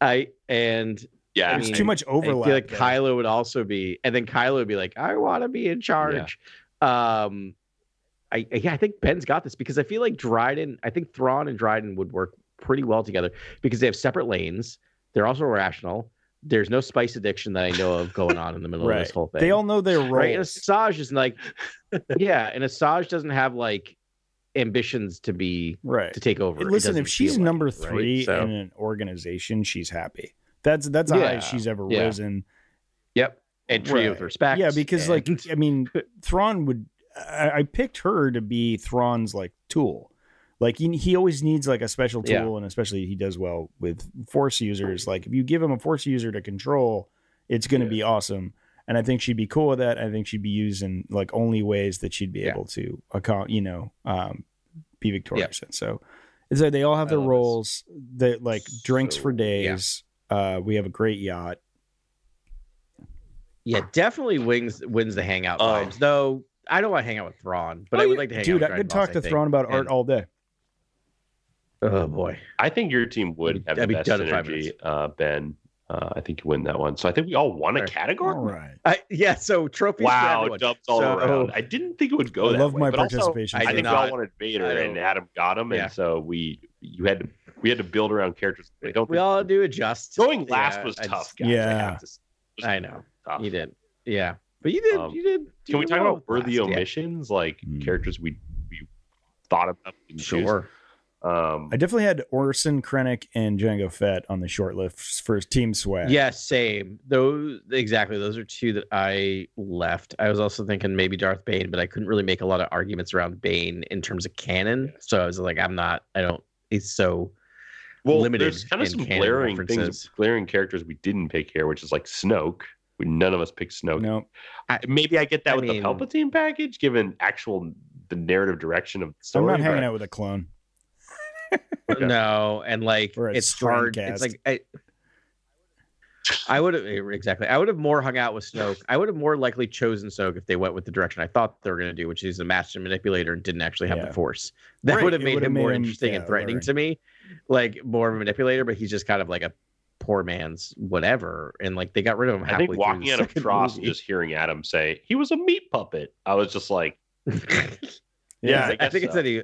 S4: I and
S2: Yeah,
S4: I
S1: there's
S4: mean,
S1: too much
S4: I feel
S1: overlap.
S4: like
S1: there.
S4: Kylo would also be, and then Kylo would be like, "I want to be in charge." Um, I I- yeah, I think Ben's got this because I feel like Dryden, I think Thrawn and Dryden would work pretty well together because they have separate lanes. They're also rational. There's no spice addiction that I know of going on in the middle of
S1: right?
S4: this whole thing.
S1: They all know their role.
S4: right? And Asajj is like, yeah, and Asajj doesn't have like ambitions to be
S1: right.
S4: to take over. It
S1: Listen,
S4: doesn't
S1: if she's
S4: feel like
S1: number
S4: it, right?
S1: three
S4: So-
S1: in an organization, she's happy. That's that's how high
S4: Yeah,
S1: she's ever
S4: yeah.
S1: risen.
S4: yep, and treat it with
S1: Right.
S4: respect.
S1: Yeah, because like
S4: and-
S1: I
S4: *laughs*
S1: mean, Thrawn would. I, I picked her to be Thrawn's like tool. Like he, he always needs like a special tool,
S4: Yeah.
S1: and especially he does well with force users. Like if you give him a force user to control, it's going to
S2: Yeah.
S1: be awesome. And I think she'd be cool with that. I think she'd be used in like only ways that she'd be
S4: Yeah.
S1: able to account, you know, um, be victorious. And so, and so they all have
S4: I
S1: their
S4: love this.
S1: roles. They like drinks for
S2: So,
S4: yeah.
S1: days. Uh, we have a great yacht.
S4: yeah, definitely wings wins the hangout
S2: Um,
S4: vibes. Though I don't want to hang out with Thrawn, but
S1: Oh,
S4: I would
S1: yeah.
S4: like to hang
S1: Dude,
S4: out.
S1: I
S4: with
S1: could
S4: Dragon
S1: talk
S4: Balls,
S1: to
S4: I think.
S1: Thrawn about art
S4: And-
S1: all day.
S4: Oh boy,
S2: I think your team would have
S4: I'd
S2: the
S4: be
S2: best
S4: done in five
S2: synergy,
S4: minutes.
S2: uh, Ben. Uh, I think you win that one. So I think we all won a
S4: All right.
S2: category.
S1: All right.
S4: I, yeah. So trophies. to
S2: Wow,
S4: everyone.
S2: dubs all
S4: So-
S2: around. I didn't think it would go
S1: I
S2: that
S1: love
S2: way,
S1: my
S2: but also,
S1: participation.
S4: I
S2: I,
S4: did
S2: think we
S4: not-
S2: all wanted Vader,
S4: I don't-
S2: and Adam got him,
S4: Yeah.
S2: and so we you had to we had to build around characters. I don't
S4: We
S2: think-
S4: all do adjust.
S2: going last
S4: Yeah,
S2: was
S4: I
S2: tough,
S4: just-
S2: guys.
S1: Yeah.
S2: I, have to, s- just
S4: I know.
S2: tough.
S4: You did. Yeah, but you did.
S2: Um,
S4: you did. you
S2: Can we
S4: did
S2: talk
S4: well
S2: about worthy
S4: last, yeah.
S2: omissions, like
S1: Mm.
S2: characters we we thought about? and choose?
S4: Sure.
S2: Um,
S1: I definitely had Orson Krennic and Django Fett on the short list for Team Swag.
S4: Yeah, same. Those exactly. Those are two that I left. I was also thinking maybe Darth Bane, but I couldn't really make a lot of arguments around Bane in terms of canon. So I was like, I'm not. I don't. He's so.
S2: well,
S4: limited
S2: There's kind of
S4: in
S2: some
S4: canon
S2: glaring
S4: references.
S2: things, glaring characters we didn't pick here, which is like Snoke. We, none of us picked Snoke.
S1: No,
S2: I, maybe I get that
S4: I
S2: with
S4: mean-
S2: the Palpatine package, given actual the narrative direction of the
S1: I'm
S2: story.
S1: not hanging
S2: but-
S1: out with a clone.
S2: Okay.
S4: No, and like
S1: Or a
S4: it's
S1: string
S4: hard.
S1: cast.
S4: It's like I, I would have e, exactly. I would have more hung out with Snoke. I would have more likely chosen Snoke if they went with the direction I thought they were going to do, which is a master manipulator and didn't actually have
S1: Yeah.
S4: the Force. *laughs* That
S1: Right,
S4: would have
S1: it
S4: made
S1: would have
S4: him
S1: made
S4: more
S1: him-
S4: interesting
S1: yeah,
S4: and threatening
S1: alluring.
S4: to me, like more of a manipulator. But he's just kind of like a poor man's whatever, and like they got rid of him.
S2: I think
S4: halfway through
S2: walking
S4: the
S2: out of
S4: second
S2: Frost and
S4: movie.
S2: just hearing Adam say he was a meat puppet, I was just like,
S4: *laughs*
S1: Yeah,
S2: yeah,
S4: I,
S2: I,
S4: think
S2: guess
S4: it's
S2: so.
S4: that he,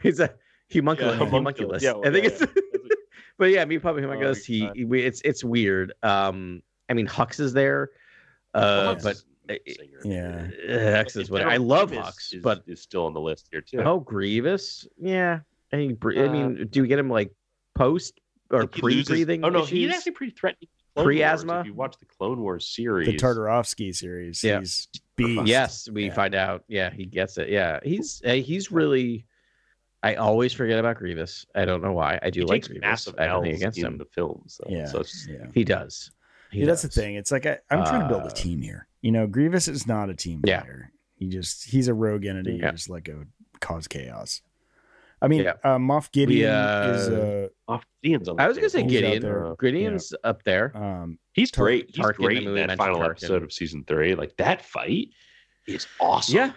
S4: he's a
S2: Yeah,
S4: humunculus.
S2: homunculus.
S4: humunculus.
S2: Yeah, well,
S4: I think
S2: yeah,
S4: it's. *laughs*
S2: yeah. That's what-
S4: but yeah, me probably him. I
S2: Oh,
S4: guess he,
S2: God.
S4: he- we it's it's weird. Um, I mean Hux is there, uh,
S2: Hux
S4: but
S2: is a singer.
S4: uh,
S1: Yeah.
S4: Hux
S2: But
S4: is what I
S2: General
S4: love
S2: Grievous
S4: Hux,
S2: is-
S4: but
S2: is still on the list here too.
S4: oh Grievous, yeah. I mean, Br- I
S2: Uh,
S4: mean, do we get him like post
S2: I
S4: or
S2: think he loses-
S4: pre-breathing?
S2: Oh no,
S4: issues?
S2: he's actually pretty threatening. Clone Wars.
S4: Pre-asthma?
S2: If you watch the Clone Wars series,
S1: The Tartarovsky series.
S4: Yeah.
S1: He's beast.
S4: Yes, we
S1: Yeah.
S4: find out. Yeah, he gets it. Yeah, he's uh, he's really. I always forget about Grievous. I don't know why. I do
S2: he
S4: like
S2: takes
S4: Grievous.
S2: massive
S4: I have
S2: L's
S4: nothing against
S2: in
S4: him.
S2: the films. though.
S1: Yeah.
S2: So it's,
S1: Yeah.
S4: He does. He
S1: Yeah, that's the
S4: does.
S1: thing. It's like I, I'm trying to build a
S4: Uh,
S1: team here. You know, Grievous is not a team
S4: Yeah.
S1: player. He just he's a rogue entity.
S4: Yeah.
S1: He's like a cause chaos. I mean,
S4: Yeah.
S1: uh, Moff Gideon
S4: uh,
S1: is a
S2: off Gideon's on the
S4: I was gonna say
S2: table.
S1: He's out
S4: Gideon.
S1: there.
S4: Gideon's up there.
S1: um,
S2: He's
S1: Tar-
S2: great. He's
S4: Tarkin, I
S2: great
S4: mean,
S2: in
S4: we
S2: that
S4: mentioned
S2: final
S4: Tarkin.
S2: episode of season three. Like that fight is awesome.
S4: Yeah.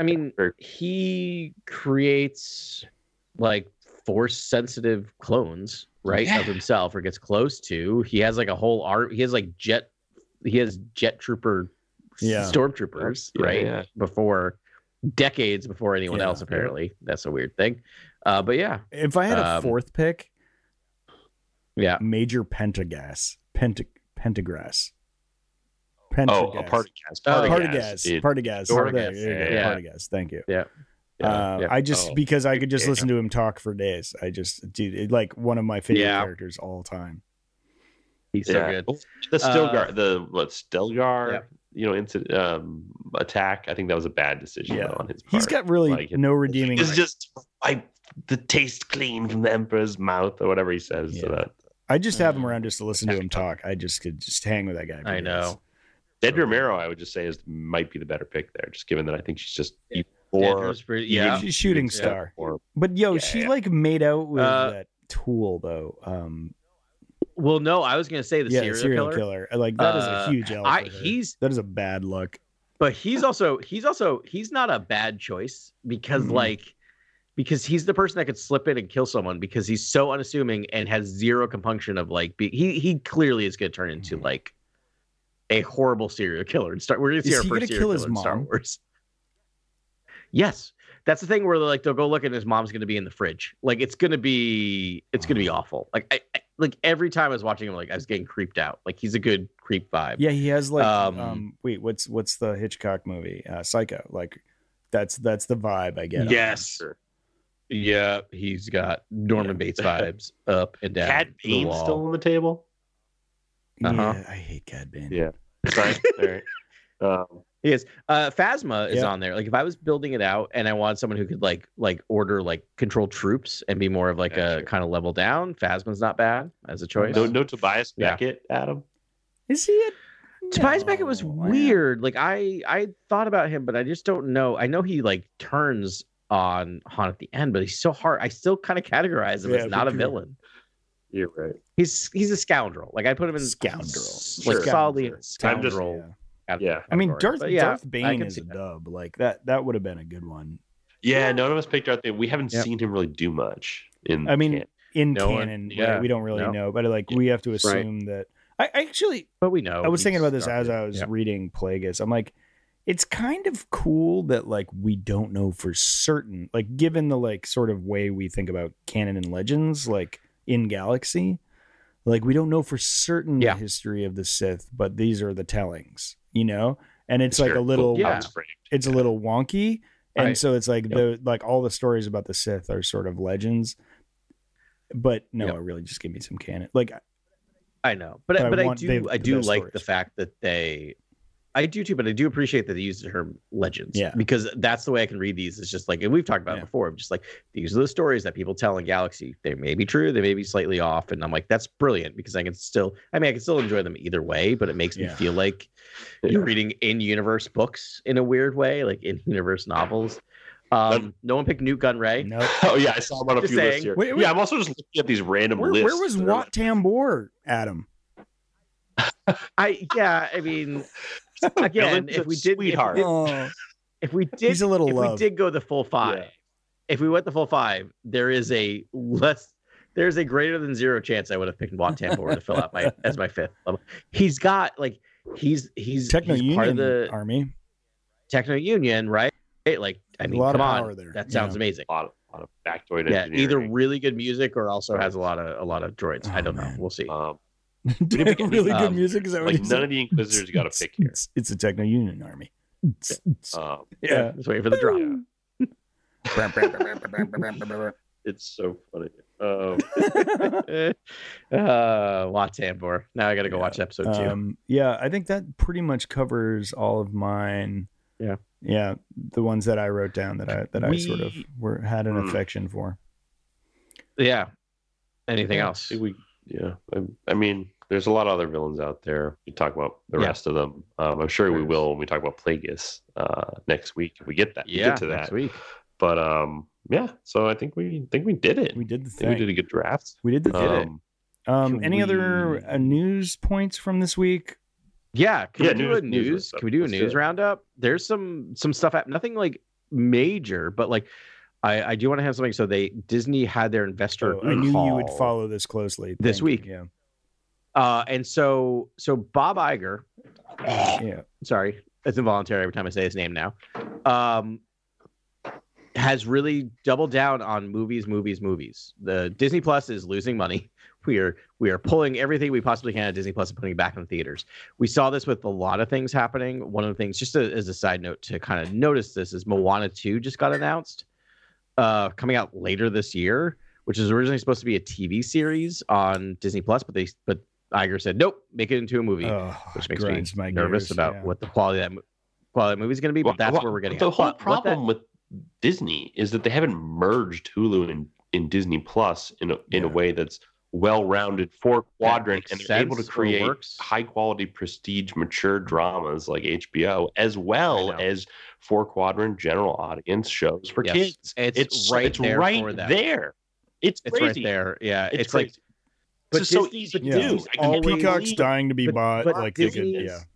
S4: I mean,
S2: Very-
S4: he creates like force sensitive clones, right?
S2: Yeah.
S4: Of himself or gets close to. He has like a whole art. He has like jet, he has jet trooper,
S1: Yeah.
S4: stormtroopers,
S2: Yeah, Oh,
S4: right?
S2: yeah.
S4: Before decades before anyone
S1: Yeah.
S4: else, apparently. That's a weird thing. Uh, but yeah,
S1: if I had a
S4: Um,
S1: fourth pick,
S4: yeah.
S1: Major Pentagas, Pent Pentagrass,
S2: Oh,
S1: Pentagas,
S2: a party cast.
S4: Oh,
S1: Partagas,
S2: It-
S1: Partagas,
S2: Partagas,
S1: There you go,
S4: yeah.
S1: Partagas. Thank you.
S4: yeah,
S1: uh,
S4: yeah.
S1: I just
S2: Oh.
S1: because I could just
S2: Yeah.
S1: listen to him talk for days. I just dude, it, like one of my favorite
S4: Yeah.
S1: characters all time.
S4: he's so
S2: yeah.
S4: good.
S2: Oh, The Stilgar,
S4: Uh,
S2: the what Stilgar,
S4: Yep.
S2: you know, incident um, attack. I think that was a bad decision
S1: Yeah.
S2: though, on his part.
S1: He's got really
S2: Like,
S1: no redeeming.
S2: It's
S1: rights.
S2: just I the taste clean from the emperor's mouth or whatever he says to
S1: Yeah.
S2: that.
S1: I just have him
S4: Mm.
S1: around just to listen to him talk. I just could just hang with that guy. for
S4: I
S1: days.
S4: know.
S2: Dead Romero, I would just say is might be the better pick there, just given that I think she's just
S4: Yeah.
S2: more
S4: Andrew's pretty-
S2: you
S4: yeah.
S1: She's a shooting
S2: Yeah.
S1: star.
S2: or
S1: But yo,
S2: Yeah,
S1: she
S2: yeah.
S1: like made out with
S4: Uh,
S1: that tool though. Um,
S4: Well, no, I was going to say the
S1: yeah,
S4: serial, killer.
S1: Like that is a
S4: Uh,
S1: huge L.
S4: I,
S1: for her.
S4: he's
S1: that is a bad look.
S4: but he's also he's also he's not a bad choice because
S1: Mhm.
S4: like because he's the person that could slip in and kill someone because he's so unassuming and has zero compunction of like be, he he clearly is going to turn into
S1: Mhm.
S4: like a horrible serial killer and start we're going to see
S1: Is
S4: our
S1: he
S4: first
S1: gonna
S4: serial
S1: kill his
S4: killer in Star
S1: mom?
S4: Wars. Yes, that's the thing where like they'll go look and his mom's going to be in the fridge. Like it's going to be it's going to be awful. Like I, I like every time I was watching him like I was getting creeped out. Like he's a good creep vibe.
S1: Yeah, he has like um,
S4: Um,
S1: wait, what's what's the Hitchcock movie? Uh, Psycho. Like that's that's the vibe I get. on
S4: Yes.
S1: him.
S4: Yeah, he's got
S2: *laughs*
S4: Norman Bates vibes up and down.
S2: Cad
S4: the
S2: Bane
S4: wall.
S2: still on
S1: *laughs*
S2: the table.
S4: Uh-huh.
S1: Yeah, I hate Cad Bane.
S2: Yeah. Sorry. All right. Um,
S4: He is. Uh, Phasma is
S1: Yeah.
S4: on there. Like if I was building it out and I wanted someone who could like like order like control troops and be more of like
S2: Yeah,
S4: a
S2: sure.
S4: kind of level down, Phasma's not bad as a choice.
S2: no, no Tobias
S4: Yeah.
S2: Beckett, Adam.
S1: Is he? A...
S4: Tobias Beckett was
S1: No, I-
S4: weird. Like I I thought about him, but I just don't know. I know he like turns on Han at the end, but he's so hard. I still kind of categorize him
S1: Yeah,
S4: as not a
S1: because-
S4: villain.
S2: You're right.
S4: He's he's a scoundrel. Like I put him in
S1: Scoundrel.
S4: s-
S2: Sure.
S4: Like solidly in
S2: I'm just-
S4: scoundrel.
S2: Yeah.
S1: I mean,
S4: category.
S1: Darth
S4: But yeah,
S1: Darth
S4: I
S1: Bane
S4: can
S1: is
S4: see
S1: a
S4: that.
S1: dub. Like that that would have been a good one
S2: Yeah, none of us picked out there. We haven't
S4: Yep.
S2: seen him really do much. In
S1: I mean,
S2: camp.
S1: in
S4: No one-
S1: canon. right?
S4: yeah,
S1: we don't really
S4: no.
S1: know, but like we have to assume that. I I actually
S4: But we know.
S1: I was thinking
S4: he's
S1: about this
S4: Darth
S1: as
S4: Vader.
S1: I was
S4: Yeah.
S1: reading Plagueis. I'm like, it's kind of cool that like we don't know for certain. Like given the like sort of way we think about canon and legends, like in galaxy, like we don't know for certain
S4: Yeah.
S1: the history of the Sith, but these are the tellings, you know. And it's like
S2: Sure.
S1: a little
S2: How
S4: Yeah.
S2: it's framed.
S1: it's a little wonky and
S4: Right.
S1: so it's like
S4: Yep.
S1: the like all the stories about the sith are sort of legends but no
S4: Yep.
S1: it really just gave me some canon like
S4: I know, but
S1: But I
S4: but I,
S1: want- they-
S4: do I
S1: the
S4: do
S1: best
S4: like
S1: stories.
S4: the fact that they. I do too, but I do appreciate that they use the term legends.
S1: Yeah.
S4: Because that's the way I can read these. It's just like, and we've talked about
S1: Yeah.
S4: it before, just like these are the stories that people tell in Galaxy. They may be true, they may be slightly off. And I'm like, that's brilliant because I can still, I mean, I can still enjoy them either way, but it makes me
S1: Yeah.
S4: feel like you're reading in universe books in a weird way, like in universe novels. Um, no one picked Newt Gunray.
S1: No.
S2: Oh yeah, I saw about a
S4: Just
S2: few
S4: saying.
S2: lists here.
S1: Wait, wait.
S2: Yeah, I'm also just looking at these random
S1: Where,
S2: lists.
S1: where was
S2: that are
S1: Wat Tambor, Adam?
S4: I, yeah, I mean,
S2: like,
S4: again,
S2: *laughs* villains
S4: if
S2: of
S4: we did, if-
S2: sweetheart.
S1: Oh,
S4: if we did
S1: he's a little
S4: if we
S1: love.
S4: did go the full five,
S2: Yeah.
S4: if we went the full five, there is a less, there's a greater than zero chance I would have picked Watt Tambor to fill
S2: *laughs*
S4: out my as my fifth. level. He's got like he's he's,
S1: Techno
S4: he's part of
S1: Union
S4: the
S1: *laughs* Army.
S4: Techno Union, right? Like I mean,
S1: a lot
S4: come
S1: of
S4: on,
S1: power there.
S4: that sounds amazing.
S2: a lot of, a lot of factoid
S4: Yeah, either
S2: engineering.
S4: really good music or also has a lot of a lot of droids. I
S1: Oh,
S4: don't know.
S1: man.
S4: We'll see.
S2: um,
S1: yeah. really good
S4: Um,
S1: music. Is that what
S2: like
S1: you
S2: none
S1: said?
S2: of the Inquisitors got to pick
S1: *laughs*
S2: here.
S1: It's, it's a Techno Union Army.
S2: Um,
S1: Yeah.
S4: just waiting for the drop.
S2: it's so funny. *laughs* Um,
S1: *laughs*
S4: *laughs* uh, Watt Tambor. Now I got to go
S1: Yeah.
S4: watch episode two.
S1: Um, yeah, I think that pretty much covers all of mine.
S4: Yeah.
S1: yeah, the ones that I wrote down that I that I sort of
S4: We-
S1: were had an
S2: Hmm.
S1: affection for.
S4: yeah. Anything else?
S2: I think we, yeah, I, I mean, there's a lot of other villains out there. We talk about the
S4: Yeah.
S2: rest of them. Um, I'm sure we
S4: There is.
S2: will when we talk about Plagueis uh, next week. If we get that, we
S4: Yeah,
S2: get to
S4: next
S2: that.
S4: week.
S2: But um, yeah, so I think we think we did it.
S1: We
S2: We,
S1: did the thing.
S2: think we did a good draft.
S1: We did the thing.
S2: um,
S1: Um,
S2: Can
S1: any other
S2: we-
S1: uh, news points from this week?
S4: Yeah, can
S2: Yeah,
S4: we do
S2: news-
S4: a
S2: news
S4: news?
S2: roundup.
S4: can we do a
S2: Let's do
S4: news
S2: it.
S4: roundup? There's some some stuff happening. Nothing like major, but like I I do want to have something. So they Disney had their investor.
S1: Oh, I knew you would
S4: call.
S1: follow this closely
S4: This
S1: Thank you.
S4: week. Uh, and so so Bob Iger.
S1: Yeah, yeah.
S4: sorry, it's involuntary every time I say his name now. Um, has really doubled down on movies, movies, movies. The Disney Plus is losing money. *laughs* We are we are pulling everything we possibly can at Disney Plus and putting it back in theaters. We saw this with a lot of things happening. One of the things, just a, as a side note to kind of notice this, is Moana two just got announced, uh, coming out later this year, which is originally supposed to be a TV series on Disney Plus, but they but Iger said nope, make it into a movie
S1: Oh,
S4: which makes
S1: grinds
S4: me
S1: my
S4: nervous
S1: gears,
S4: about
S1: yeah.
S4: what the quality of that mo- quality of the movie is going to be. But
S2: Well,
S4: that's
S2: well,
S4: where we're getting
S2: the
S4: at.
S2: whole
S4: What- what that-
S2: problem with Disney is that they haven't merged Hulu and in Disney Plus in a, in a
S1: Yeah.
S2: way that's well rounded four quadrant,
S4: makes
S2: and they're able to
S4: sense or
S2: create
S4: works.
S2: high quality prestige mature dramas like HBO as
S4: I
S2: well
S4: know.
S2: as four quadrant general audience shows for
S4: Yes.
S2: kids.
S4: It's right
S2: it's
S4: there
S2: right
S4: for them.
S2: there. It's
S4: it's
S2: crazy.
S4: right there. Yeah, it's,
S2: It's,
S4: like
S2: crazy.
S4: but
S2: It's just so
S4: Disney-
S2: easy to
S4: but
S1: Yeah.
S2: do.
S4: Disney's
S2: I can't
S4: always-
S1: Peacock's
S2: believe-
S1: dying to be
S4: but-
S1: bought.
S4: but
S1: like they could,
S4: Disney
S1: yeah.
S4: is-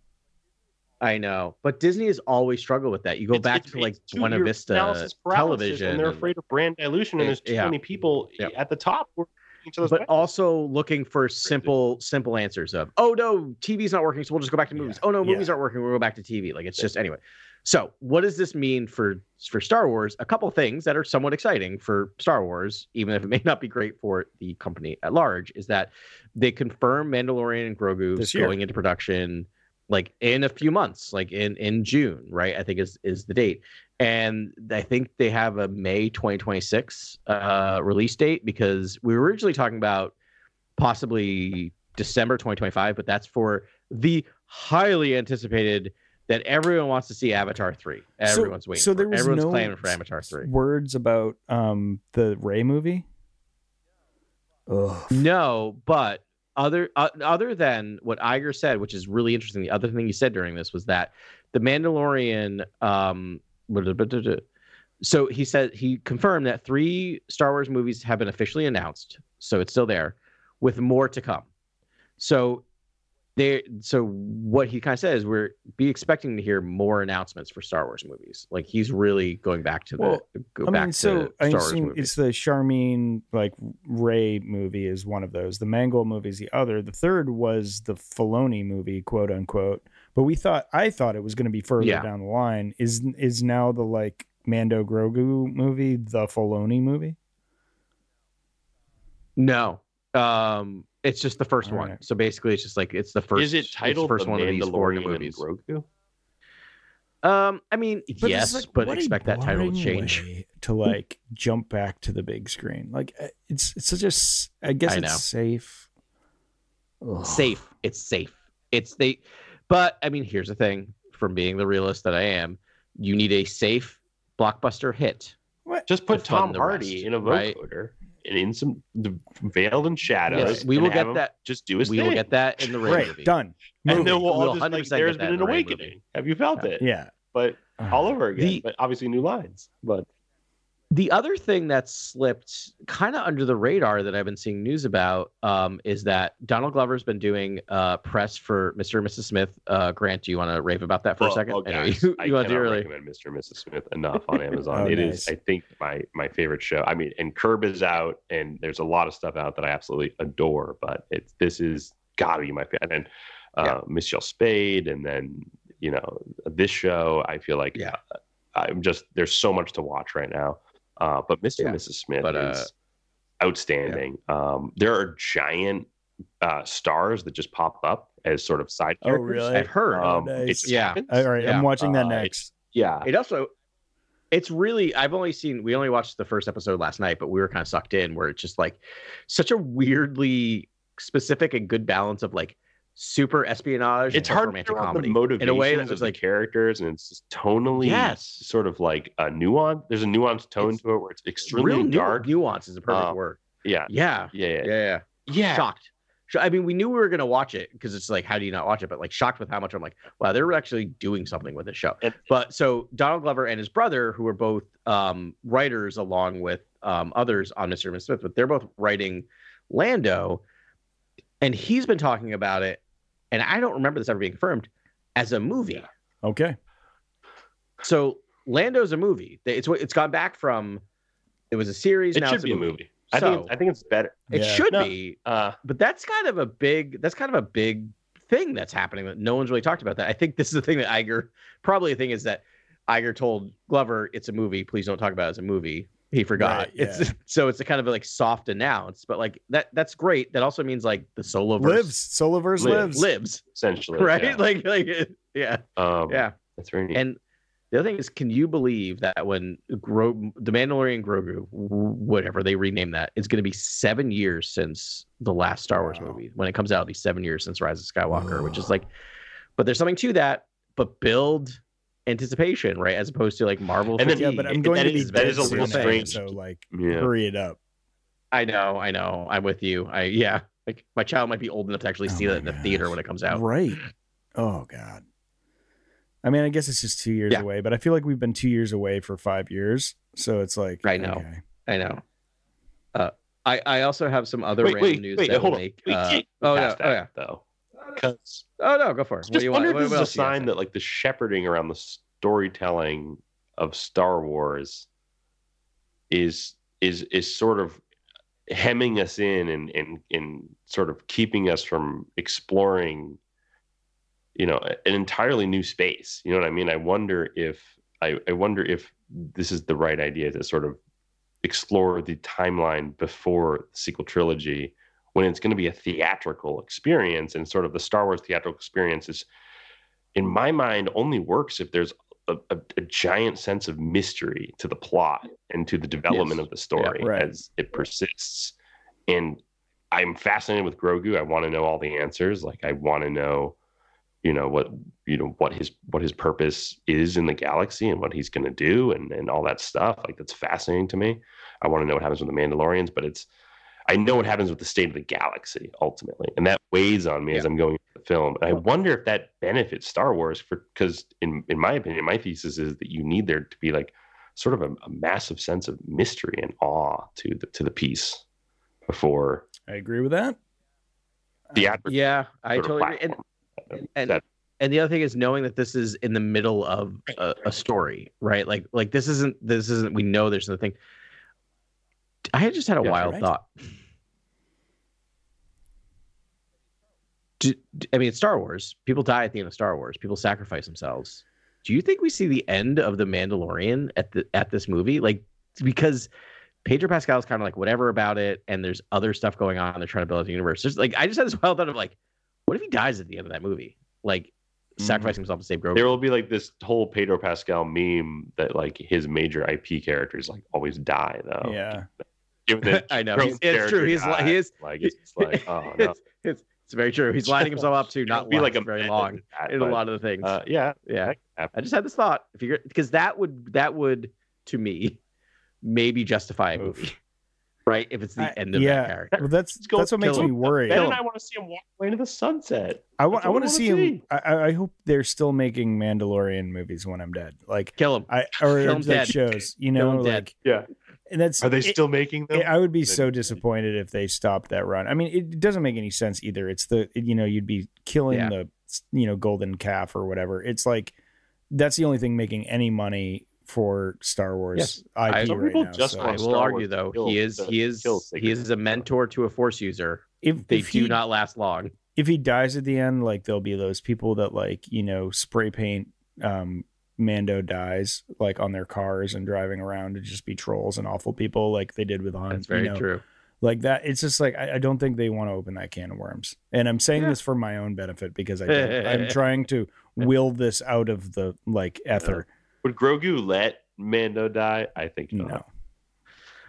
S4: I know, but Disney has always struggled with that. You go
S2: It's-
S4: back
S2: it's-
S4: to like
S2: it's
S4: Buena
S2: two-year
S4: Vista
S2: analysis paralysis,
S4: television,
S2: and they're
S4: and-
S2: afraid of brand dilution, and
S4: Yeah.
S2: there's too
S4: Yeah.
S2: many people
S4: Yeah.
S2: at the top. Who are each other's
S4: but
S2: back.
S4: also looking for simple simple answers of oh no tv's not working so we'll just go back to movies oh no
S1: Yeah.
S4: movies aren't working we'll go back to tv like it's just anyway so what does this mean for for star wars a couple things that are somewhat exciting for star wars even if it may not be great for the company at large is that they confirm mandalorian and grogu's
S1: This year.
S4: going into production like in a few months like in in june right i think is is the date and I think they have a May 2026 uh, release date because we were originally talking about possibly December 2025, but that's for the highly anticipated that everyone wants to see Avatar 3. Everyone's waiting.
S1: so
S4: for
S1: there
S4: it.
S1: was
S4: everyone's
S1: no
S4: claiming for Avatar 3.
S1: Words about um the Ray movie. Ugh.
S4: No, but other uh, other than what Iger said, which is really interesting, the other thing he said during this was that the Mandalorian. Um, so he said he confirmed that three Star Wars movies have been officially announced, so it's still there, with more to come. So they so what he kind of says we're be expecting to hear more announcements for Star Wars movies. Like he's really going back to the
S1: Well,
S4: go
S1: I
S4: back
S1: mean, so
S4: to
S1: I
S4: Star Wars
S1: assume
S4: movies.
S1: it's the Charmin like Ray movie is one of those. The Mangold movie is the other. The third was the Filoni movie, quote unquote. But we thought I thought it was going to be further
S4: Yeah.
S1: down the line. Is is now the like Mando Grogu movie the Filoni movie?
S4: No. Um, it's just the first
S1: All
S4: one.
S1: right.
S4: So basically, it's just like it's the first.
S2: is
S4: it's
S2: it
S4: the
S2: titled
S4: first
S2: the
S4: one of these four
S2: Mandalorian
S4: movies?
S2: and Grogu?
S4: Um, I mean,
S1: But it's
S4: yes,
S1: like,
S4: but
S1: what a
S4: expect that title to
S1: boring
S4: change.
S1: way to like jump back to the big screen. Like uh, it's it's such a s- I guess
S4: I
S1: it's
S4: know.
S1: safe. Ugh.
S4: Safe. It's safe. It's they. But I mean, here's the thing. from being the realist that I am, you need a safe blockbuster hit.
S2: Just put
S4: To fund
S2: Tom
S4: the
S2: Hardy
S4: rest,
S2: in a
S4: right?
S2: vocoder and in some the veiled in shadows.
S4: Yes, we
S2: and
S4: will
S2: have
S4: get
S2: him
S4: that-
S2: Just do
S4: We
S2: his thing.
S4: will get that in the Ray
S1: Great,
S4: movie.
S1: done.
S2: And
S1: Movie.
S2: then we'll all
S4: We'll
S2: just like
S4: 100%
S2: there's
S4: get that
S2: been an
S4: in a Ray
S2: awakening.
S4: movie.
S2: Have you felt it?
S1: Yeah,
S2: But all over again,
S4: The-
S2: but obviously new lines. But
S4: The other thing that slipped kind of under the radar that I've been seeing news about um, is that Donald Glover's been doing uh, press for Mr. and Mrs. Smith. Uh, Grant, do you want to rave about that for a
S2: Well,
S4: *laughs* second?
S2: oh,
S4: I know
S2: guys,
S4: you
S2: I
S4: you want to do
S2: cannot
S4: early.
S2: recommend Mr. and Mrs. Smith enough
S4: *laughs*
S2: on Amazon.
S1: Oh,
S2: It is,
S1: nice.
S2: I think, my my favorite show. I mean, and Curb is out, and there's a lot of stuff out that I absolutely adore. But it's this is gotta be my favorite. And uh,
S4: Yeah.
S2: Michelle Spade, and then you know this show. I feel like uh,
S4: Yeah.
S2: I'm just there's so much to watch right now. Uh, but Mr. and Mrs. Smith
S4: But, uh,
S2: is outstanding. Um, there are giant uh, stars that just pop up as sort of side
S1: Oh,
S2: characters.
S1: really?
S4: I've heard.
S1: Oh,
S2: Um,
S1: nice.
S2: it's-
S4: Yeah.
S1: All right,
S4: Yeah.
S1: I'm watching that
S2: Uh,
S1: next.
S2: Yeah,
S4: It also, it's really. I've only seen. We only watched the first episode last night, but we were kind of sucked in. Where it's just like such a weirdly specific and good balance of like super espionage.
S2: it's
S4: and
S2: hard to
S4: romantic
S2: figure out
S4: comedy
S2: the motivations
S4: in a way that
S2: of
S4: was
S2: the
S4: like
S2: characters, and it's just tonally
S4: yes,
S2: sort of like a nuance. There's a nuanced tone
S4: It's
S2: to it where it's
S4: real
S2: extremely
S4: nu-
S2: dark.
S4: nuance is a perfect
S2: Um,
S4: word.
S2: yeah,
S4: Yeah,
S2: yeah, yeah,
S4: yeah, yeah.
S2: yeah.
S4: Shocked. Sh- I mean, we knew we were gonna watch it because it's like, how do you not watch it? But like, shocked with how much I'm like, wow, they're actually doing something with this show.
S2: And-
S4: But so Donald Glover and his brother, who are both um, writers along with um, others on Mr. and Mrs. Smith, but they're both writing Lando, and he's been talking about it, and I don't remember this ever being confirmed as a movie.
S2: Yeah.
S1: Okay.
S4: So Lando's a movie. They- It's what it's gone back from. It was a series.
S2: It
S4: now
S2: should
S4: it's
S2: be a movie. I
S4: So
S2: think I think it's better.
S4: it
S1: Yeah.
S4: should
S2: No.
S4: be
S2: Uh,
S4: but that's kind of a big that's kind of a big thing that's happening that no one's really talked about that i think this is the thing that Iger probably the thing is that Iger told glover it's a movie please don't talk about it as a movie he forgot
S1: Right, yeah.
S4: it's *laughs* so it's a kind of a, like soft announce but like that that's great that also means like the solo
S1: Lives. Soloverse lives.
S2: Lives.
S4: lives
S2: essentially,
S4: *laughs* right
S2: Yeah.
S4: like like yeah
S2: um,
S4: yeah
S2: That's really neat.
S4: and the other thing is, can you believe that when Gro- the Mandalorian Grogu, whatever they rename that, it's going to be seven years since the last Star Wars
S1: Wow.
S4: movie? When it comes out, it'll be seven years since Rise of Skywalker, which is like, but there's something to that. But build anticipation, right? As opposed to like Marvel.
S2: And then-
S1: Yeah,
S4: fatigue.
S1: but
S2: It-
S1: I'm going
S2: that
S1: to be
S2: is- that
S1: dead
S2: is a little
S1: soon,
S2: strange.
S1: So like,
S2: Yeah.
S4: *laughs*
S1: hurry it up.
S4: I know, I know. I'm with you. I yeah. Like my child might be old enough to actually
S1: Oh
S4: see
S1: my
S4: that in the theater
S1: gosh.
S4: when it comes out.
S1: Right. Oh God. I mean, I guess it's just two years
S4: Yeah.
S1: away, but I feel like we've been two years away for five years. So it's like
S4: I know.
S1: okay.
S4: I know. Uh, I I also have some other
S2: wait,
S4: random
S2: wait,
S4: news
S2: wait,
S4: that
S2: hold
S4: will
S2: on.
S4: make.
S2: We
S4: uh,
S2: can't
S4: oh
S2: pass
S4: yeah,
S2: that,
S4: oh yeah.
S2: though, because
S4: Oh no, go for it. What do
S2: just
S4: you want?
S2: wonder if
S4: What,
S2: this
S4: what
S2: is a
S4: else do you want to
S2: sign
S4: say?
S2: that like the shepherding around the storytelling of Star Wars is is is sort of hemming us in and and and sort of keeping us from exploring you know an entirely new space you know what i mean i wonder if i, I wonder if this is the right idea to sort of explore the timeline before the sequel trilogy when it's going to be a theatrical experience and sort of the star wars theatrical experience is in my mind only works if there's a, a, a giant sense of mystery to the plot and to the development
S4: Yes.
S2: of the story
S1: Yeah, right.
S2: as it persists and i'm fascinated with grogu i want to know all the answers like i want to know you know what you know what his what his purpose is in the galaxy and what he's going to do and and all that stuff like that's fascinating to me i want to know what happens with the mandalorians but it's i know what happens with the state of the galaxy ultimately and that weighs on me as
S4: Yeah.
S2: i'm going through the film and i wonder if that benefits star wars for because in in my opinion my thesis is that you need there to be like sort of a, a massive sense of mystery and awe to the to the piece before
S1: I agree with that.
S2: the
S1: Um,
S2: adver-
S4: Uh, Yeah, I
S2: sort of
S4: totally agree. And
S2: platform.
S4: and,
S2: That-
S4: and the other thing is knowing that this is in the middle of a, a story, right? Like like this isn't this isn't we know there's nothing. I had just had a
S2: Yeah,
S4: wild
S1: right.
S4: thought. Do, do- I mean, it's Star Wars. People die at the end of Star Wars. People sacrifice themselves. Do you think we see the end of the Mandalorian at the at this movie? Like because Pedro Pascal's kind of like whatever about it, and there's other stuff going on. They're trying to build out the universe. There's like I just had this *laughs* wild thought of like, what if he dies at the end of that movie? Like sacrificing himself to save Grogu.
S2: Mm-hmm. there will be like this whole Pedro Pascal meme that like his major IP characters like always die
S4: Oh.
S2: though.
S1: Yeah.
S2: Given that
S4: I know *laughs*
S2: Grogu's
S4: he's, it's
S2: character
S4: true. He's li-
S2: died,
S4: he is.
S2: like it's just like oh no.
S4: *laughs* It's, it's, It's very true. He's lining himself up to
S2: It'll
S4: not
S2: be like a
S4: very
S2: minute
S4: long
S2: at that,
S4: in a
S2: but,
S4: lot of the things.
S2: Uh, yeah,
S4: yeah.
S2: that could happen.
S4: I just had this thought. If you're because that would that would to me maybe justify a
S1: Oof.
S4: movie, *laughs* right? If it's the
S1: I-
S4: end of
S1: yeah.
S4: that character.
S1: Well, that's
S2: go
S1: that's what makes
S2: kill
S1: me
S2: him.
S1: worry.
S2: Ben and I want to see him walk away into the sunset.
S1: I want
S2: That's
S1: I want to
S2: what I wanna
S1: see him.
S2: see.
S1: I- I, I hope they're still making Mandalorian movies when I'm dead. Like
S4: Kill him.
S1: I or
S4: Kill 'em
S1: like
S4: dead.
S1: shows, you
S4: Kill
S1: know,
S4: 'em dead.
S1: like
S2: Yeah.
S1: And that's
S2: Are they
S1: it-
S2: still making them?
S1: it- I would be so disappointed if they stopped that run. I mean, it doesn't make any sense either. It's the you know you'd be killing
S4: Yeah.
S1: the you know golden calf or whatever. It's like that's the only thing making any money for Star Wars
S4: Yes.
S1: IP
S4: I- Some
S1: right
S2: people
S1: now.
S2: just
S1: so
S4: I
S2: want-
S4: will
S2: Star
S4: argue
S2: Wars
S4: though
S2: kill
S4: he is
S2: the-
S4: he is
S2: kill
S4: he
S2: Sigrid.
S4: is a mentor to a force user.
S1: if
S4: They
S1: if
S4: do
S1: he-
S4: not last long.
S1: if he dies at the end, like there'll be those people that like you know spray paint um Mando dies like on their cars and driving around to just be trolls and awful people like they did with Han.
S4: That's
S1: you
S4: very
S1: know?
S4: true.
S1: Like that, it's just like I, I don't think they want to open that can of worms. And I'm saying
S4: Yeah.
S1: this for my own benefit because I don't,
S2: *laughs*
S1: I'm trying to will this out of the like
S2: Oh,
S1: ether.
S2: Would Grogu let Mando die? I think
S1: You
S2: not.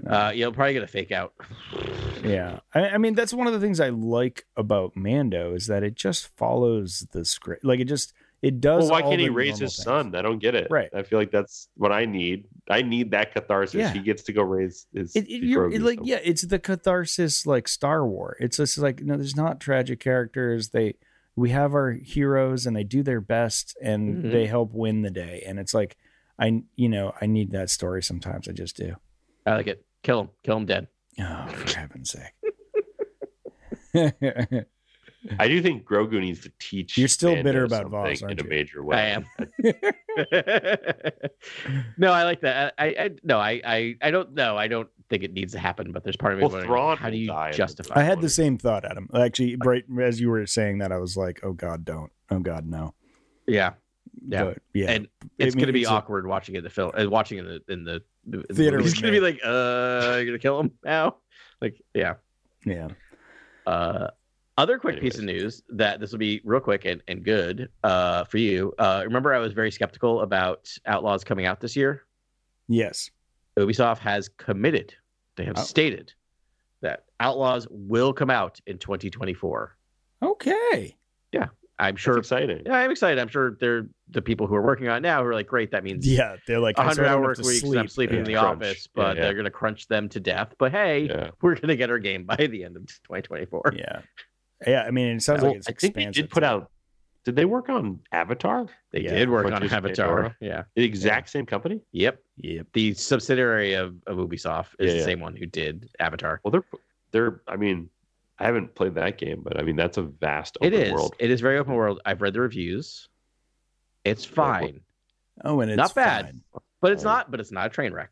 S1: know,
S4: Uh, you'll probably get a fake out. *sighs*
S1: yeah. I, I mean, that's one of the things I like about Mando is that it just follows the script. Like it just it does.
S2: Well, why
S1: all
S2: can't he
S1: the
S2: raise
S1: normal
S2: his
S1: things.
S2: son? I don't get it.
S1: Right.
S2: I feel like that's what I need. I need that catharsis.
S1: Yeah.
S2: He gets to go raise his.
S1: it, it,
S2: his
S1: you're,
S2: Grogu
S1: it, like
S2: son.
S1: yeah it's the catharsis like star war it's just like no there's not tragic characters they we have our heroes and they do their best and
S4: Mhm.
S1: they help win the day and it's like i you know i need that story sometimes i just do
S4: I like it. Kill him. Kill him dead.
S1: oh
S4: *laughs*
S1: for heaven's sake
S2: I do think Grogu needs to teach.
S1: You're still
S2: Mando
S1: bitter about
S2: something
S1: Voss, aren't
S2: in
S1: you?
S2: a major way.
S4: I am. *laughs* no, I like that. I, I no, I, I I don't know. I don't think it needs to happen. But there's part of me
S2: Well,
S4: wondering,
S2: Thrawn
S4: how do
S2: will
S4: you
S2: die in the
S4: justify?
S1: *laughs* i
S2: I
S1: had the
S2: wanted-
S1: same thought adam actually right as you were saying that i was like oh god don't oh god no
S4: Yeah, Yeah.
S1: But, yeah
S4: And
S1: I mean,
S4: it's going to be
S1: it's a-
S4: awkward watching it in the film, uh, watching it in the, in the in the
S1: Theater
S4: movie. It's
S1: with
S4: going to be like, uh, you're going to kill him now. Like, yeah.
S1: yeah
S4: Uh, other quick piece of news that this will be real quick and, and good uh, for you. Uh, remember, I was very skeptical about Outlaws coming out this year.
S1: yes
S4: Ubisoft has committed, they have
S1: Oh.
S4: stated that Outlaws will come out in 2024.
S1: okay
S4: I'm
S2: Sure,
S4: sure.
S2: exciting.
S4: Yeah, I'm excited. I'm sure they're the people who are working on it now who are like, great, that means
S1: yeah they're like I
S4: 100
S1: sort of
S4: hour
S1: have
S4: work
S1: to
S4: weeks and I'm sleeping in
S1: Yeah.
S4: the
S2: Crunch.
S4: office,
S2: Yeah,
S4: but
S2: yeah.
S4: they're going to crunch them to death. But hey,
S2: Yeah.
S4: we're going to get our game by the end of
S2: *laughs*
S4: 2024.
S1: yeah yeah i mean it sounds
S2: Well,
S1: like it's
S2: I think they
S1: expansive
S2: did put out. Did they work on Avatar?
S4: They
S1: Yeah.
S4: did work
S2: Which
S4: on
S2: is
S4: Avatar.
S2: Pandora.
S4: Yeah.
S2: The exact same company.
S4: Yep.
S1: yep
S4: The subsidiary of, of Ubisoft is
S2: Yeah,
S4: the
S2: yeah.
S4: same one who did Avatar.
S2: Well, they're they're. I mean, I haven't played that game, but I mean that's a vast
S4: It
S2: open
S4: is.
S2: world.
S4: It is very open world. I've read the reviews. It's fine,
S1: oh and it's
S4: Not bad.
S1: fine.
S4: but it's
S2: Right.
S4: not. But it's not a train wreck.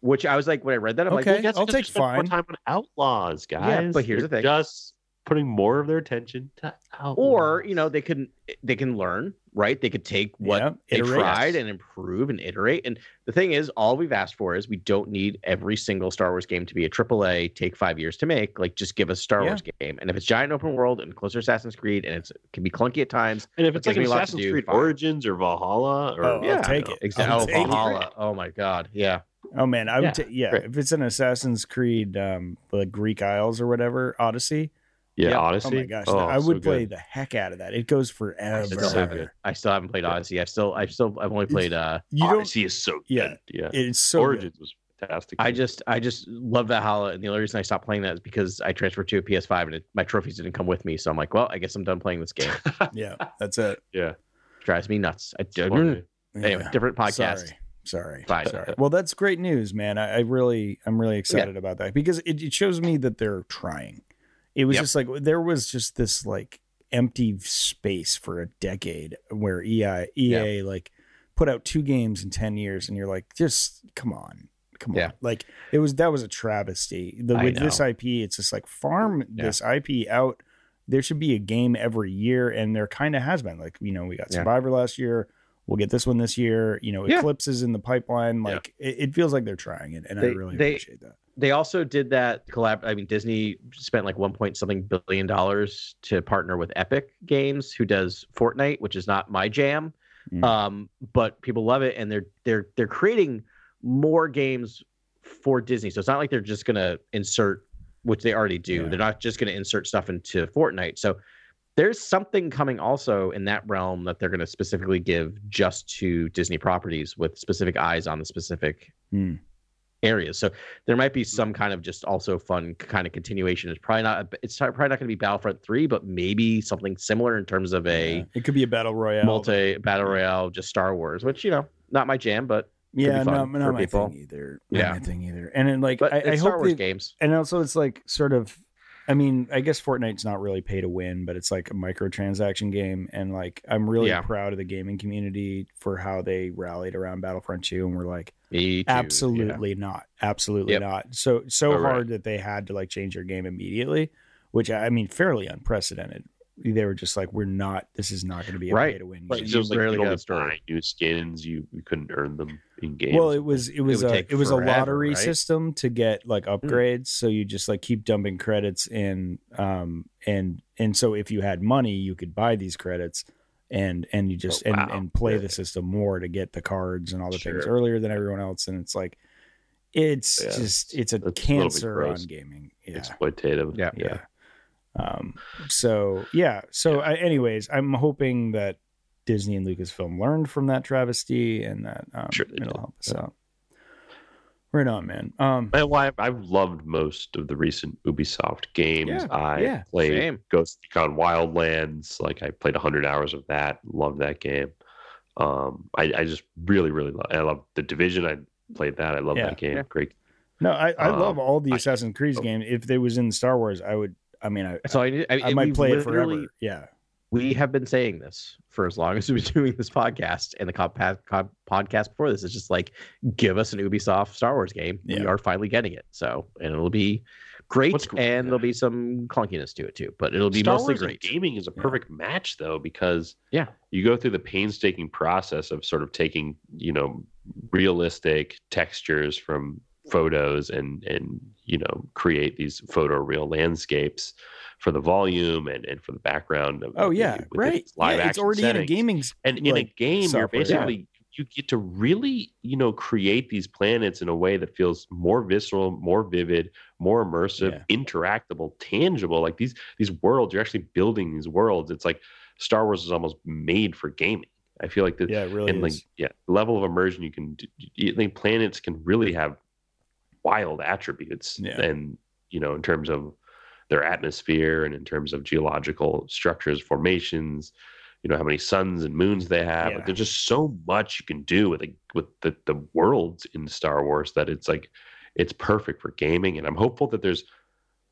S4: Which I was like, when I read that, I'm
S1: Okay,
S4: like, well,
S2: That's
S1: I'll
S2: 'cause they
S1: take
S2: spent more
S1: fine.
S2: time on Outlaws,
S4: Yeah,
S2: guys.
S4: but here's
S2: They're
S4: the thing.
S2: Just putting more of their attention to Outlaws.
S4: or you know, they can they can learn, right? They could take what
S1: Yeah,
S4: they
S1: iterate.
S4: tried and improve and iterate. And the thing is, all we've asked for is we don't need every single Star Wars game to be a AAA, take five years to make. Like, just give us Star
S1: Yeah.
S4: Wars game. And if it's giant open world and closer Assassin's Creed and it's, it can be clunky at times,
S2: and if it's
S4: It
S2: like
S4: gives
S2: an
S4: me lots to
S2: Assassin's
S4: do,
S2: Creed
S4: fine.
S2: Origins or Valhalla, or
S1: Oh, I'll
S2: yeah,
S1: take it. I'll
S4: exactly.
S1: take
S4: Oh,
S1: it.
S4: Valhalla. Oh my God. Yeah.
S1: oh man i would yeah,
S2: Yeah,
S1: yeah.
S2: great.
S1: if it's an assassin's creed um the greek isles or whatever odyssey
S2: yeah,
S4: Yeah.
S2: Odyssey.
S1: oh my gosh
S2: Oh,
S1: i
S2: so
S1: would play
S2: good.
S1: the heck out of that it goes forever
S4: still
S2: so
S4: haven't.
S2: good.
S4: I still haven't played
S2: Yeah.
S4: Odyssey. I've still, I've still, I've only played. Uh,
S1: you don't
S2: Odyssey is so good.
S1: Yeah.
S2: Yeah, yeah.
S1: it's so good.
S2: Origins was fantastic.
S4: I just, I just love Valhalla, and the only reason I stopped playing that is because I transferred to a PS5 and it, my trophies didn't come with me. So I'm like, well, I guess I'm done playing
S1: *laughs*
S4: this game.
S1: yeah that's
S2: *laughs*
S1: it
S2: yeah.
S4: Drives me nuts. I do.
S2: Totally.
S4: Anyway,
S1: Yeah.
S4: different podcast.
S1: Sorry. Sorry.
S4: Fine.
S1: Sorry. Well, that's great news, man. I, I really, I'm really excited about that because it, it shows me that they're trying. It was
S4: Yep.
S1: just like there was just this like empty space for a decade where E EI, EA like put out two games in 10 years and you're like, just come on. Come on.
S4: Yeah.
S1: Like it was, that was a travesty. The,
S4: I
S1: with this
S4: know.
S1: IP, it's just like farm
S4: Yeah.
S1: this IP out. There should be a game every year. And there kind of has been like, you know, we got
S4: Yeah.
S1: Survivor last year we'll get this one this year. You know,
S4: Yeah.
S1: Eclipse is in the pipeline.
S4: Yeah.
S1: Like it, it feels like they're trying it, and I
S4: They-
S1: really
S4: they-
S1: appreciate that.
S4: they also did that collab. I mean, Disney spent like one point something billion dollars to partner with Epic Games, who does Fortnite, which is not my jam,
S1: Mm.
S4: um, but people love it, and they're they're they're creating more games for Disney. So it's not like they're just gonna insert, which they already do.
S1: Yeah.
S4: They're not just gonna insert stuff into Fortnite. So There's something coming also in that realm that they're going to specifically give just to Disney properties with specific eyes on the specific
S1: Hmm.
S4: areas. So there might be some
S1: Mm-hmm.
S4: kind of just also fun kind of continuation. It's probably not. It's probably not going to be Battlefront three, but maybe something similar in terms of a
S1: Yeah. It could be a battle royale.
S4: multi battle royale, just Star Wars, which you know, not my jam, but
S1: yeah,
S4: be
S1: no,
S4: fun
S1: not
S4: for
S1: my
S4: people.
S1: thing either. Not
S4: Yeah.
S1: my thing either. And then like
S4: but
S1: I,
S4: it's
S1: I
S4: Star
S1: hope
S4: Wars
S1: they,
S4: games.
S1: and also it's like sort of I mean, I guess Fortnite's not really pay to win, but it's like a microtransaction game and like I'm really
S4: Yeah.
S1: proud of the gaming community for how they rallied around Battlefront 2 and were like
S4: Me too, yeah.
S1: absolutely not. Absolutely
S4: Yep.
S1: not. So so
S2: All right.
S1: hard that they had to like change their game immediately, which I mean fairly unprecedented. They were just like we're not this is not going to be a
S4: Right.
S1: pay to win.
S4: Right.
S2: It's
S4: you
S2: just like
S4: rarely
S2: you could
S4: got
S2: only
S4: a story.
S2: buy new skins. You, you couldn't earn them in games.
S1: Well, it was it was
S4: would
S1: a
S4: take
S1: it was a
S4: forever,
S1: lottery
S4: right?
S1: system to get like
S2: Hmm.
S1: upgrades. So you just like keep dumping credits in, um, and and so if you had money, you could buy these credits, and and you just
S2: Oh,
S1: and,
S2: wow.
S1: and play
S2: Yeah.
S1: the system more to get the cards and all the things
S2: Sure.
S1: earlier than everyone else. And it's like, it's
S2: Yeah,
S1: just it's a
S2: that's a little bit
S1: cancer on
S2: gross.
S1: gaming. Yeah
S2: exploitative.
S4: Yeah.
S1: yeah um so yeah so I, anyways i'm hoping that disney and lucasfilm learned from that travesty and that um,
S2: Sure they
S1: it'll
S2: did.
S1: help us out right on man um
S2: That's why I've, I've loved most of the recent Ubisoft games.
S1: Yeah,
S2: I
S1: yeah,
S2: played
S4: same.
S2: Ghost Recon Wildlands. Like I played 100 hours of that. Love that game. Um, I, I just really, really love. I love the Division. I played that. I love
S1: Yeah,
S2: that game.
S4: yeah.
S2: Great.
S1: no i, I
S2: Um,
S1: love all the
S2: I-
S1: assassin's creed
S2: oh.
S1: games if they was in star wars i would i mean i
S4: That's all I need. I,
S1: i,
S4: and
S1: might
S4: we've
S1: play it
S4: literally-
S1: forever yeah
S4: We have been saying this for as long *laughs* as we've been doing this podcast and the co- pa- co- podcast before this. It's just like, give us an Ubisoft Star Wars game.
S1: Yeah.
S4: We are finally getting it. So, and it'll be great.
S2: What's gr-
S4: and there'll be some clunkiness to it too, but it'll be
S2: Star
S4: mostly
S2: Wars
S4: great.
S2: And gaming is a
S1: Yeah.
S2: perfect match though because
S4: Yeah.
S2: you go through the painstaking process of sort of taking you know realistic textures from photos and and you know create these photoreal landscapes for the volume and and for the background. Of,
S1: oh yeah
S2: with
S1: right
S2: its Live
S1: yeah, it's
S2: action
S1: already in a
S2: settings.
S1: gaming s-
S2: And in a
S1: like,
S2: game,
S1: software,
S2: you're
S1: yeah.
S2: basically you get to really, you know, create these planets in a way that feels more visceral, more vivid, more immersive, interactable, tangible. Like these these worlds, you're actually building these worlds. It's like Star Wars is almost made for gaming. I feel like that,
S1: yeah it really
S2: and like
S1: is.
S2: yeah, level of immersion you can. do- I think planets can really have wild attributes,
S1: Yeah.
S2: and you know, in terms of their atmosphere and in terms of geological structures, formations, you know, how many suns and moons they have.
S1: Yeah.
S2: Like, there's just so much you can do with a, with the, the worlds in Star Wars that it's like it's perfect for gaming. And I'm hopeful that there's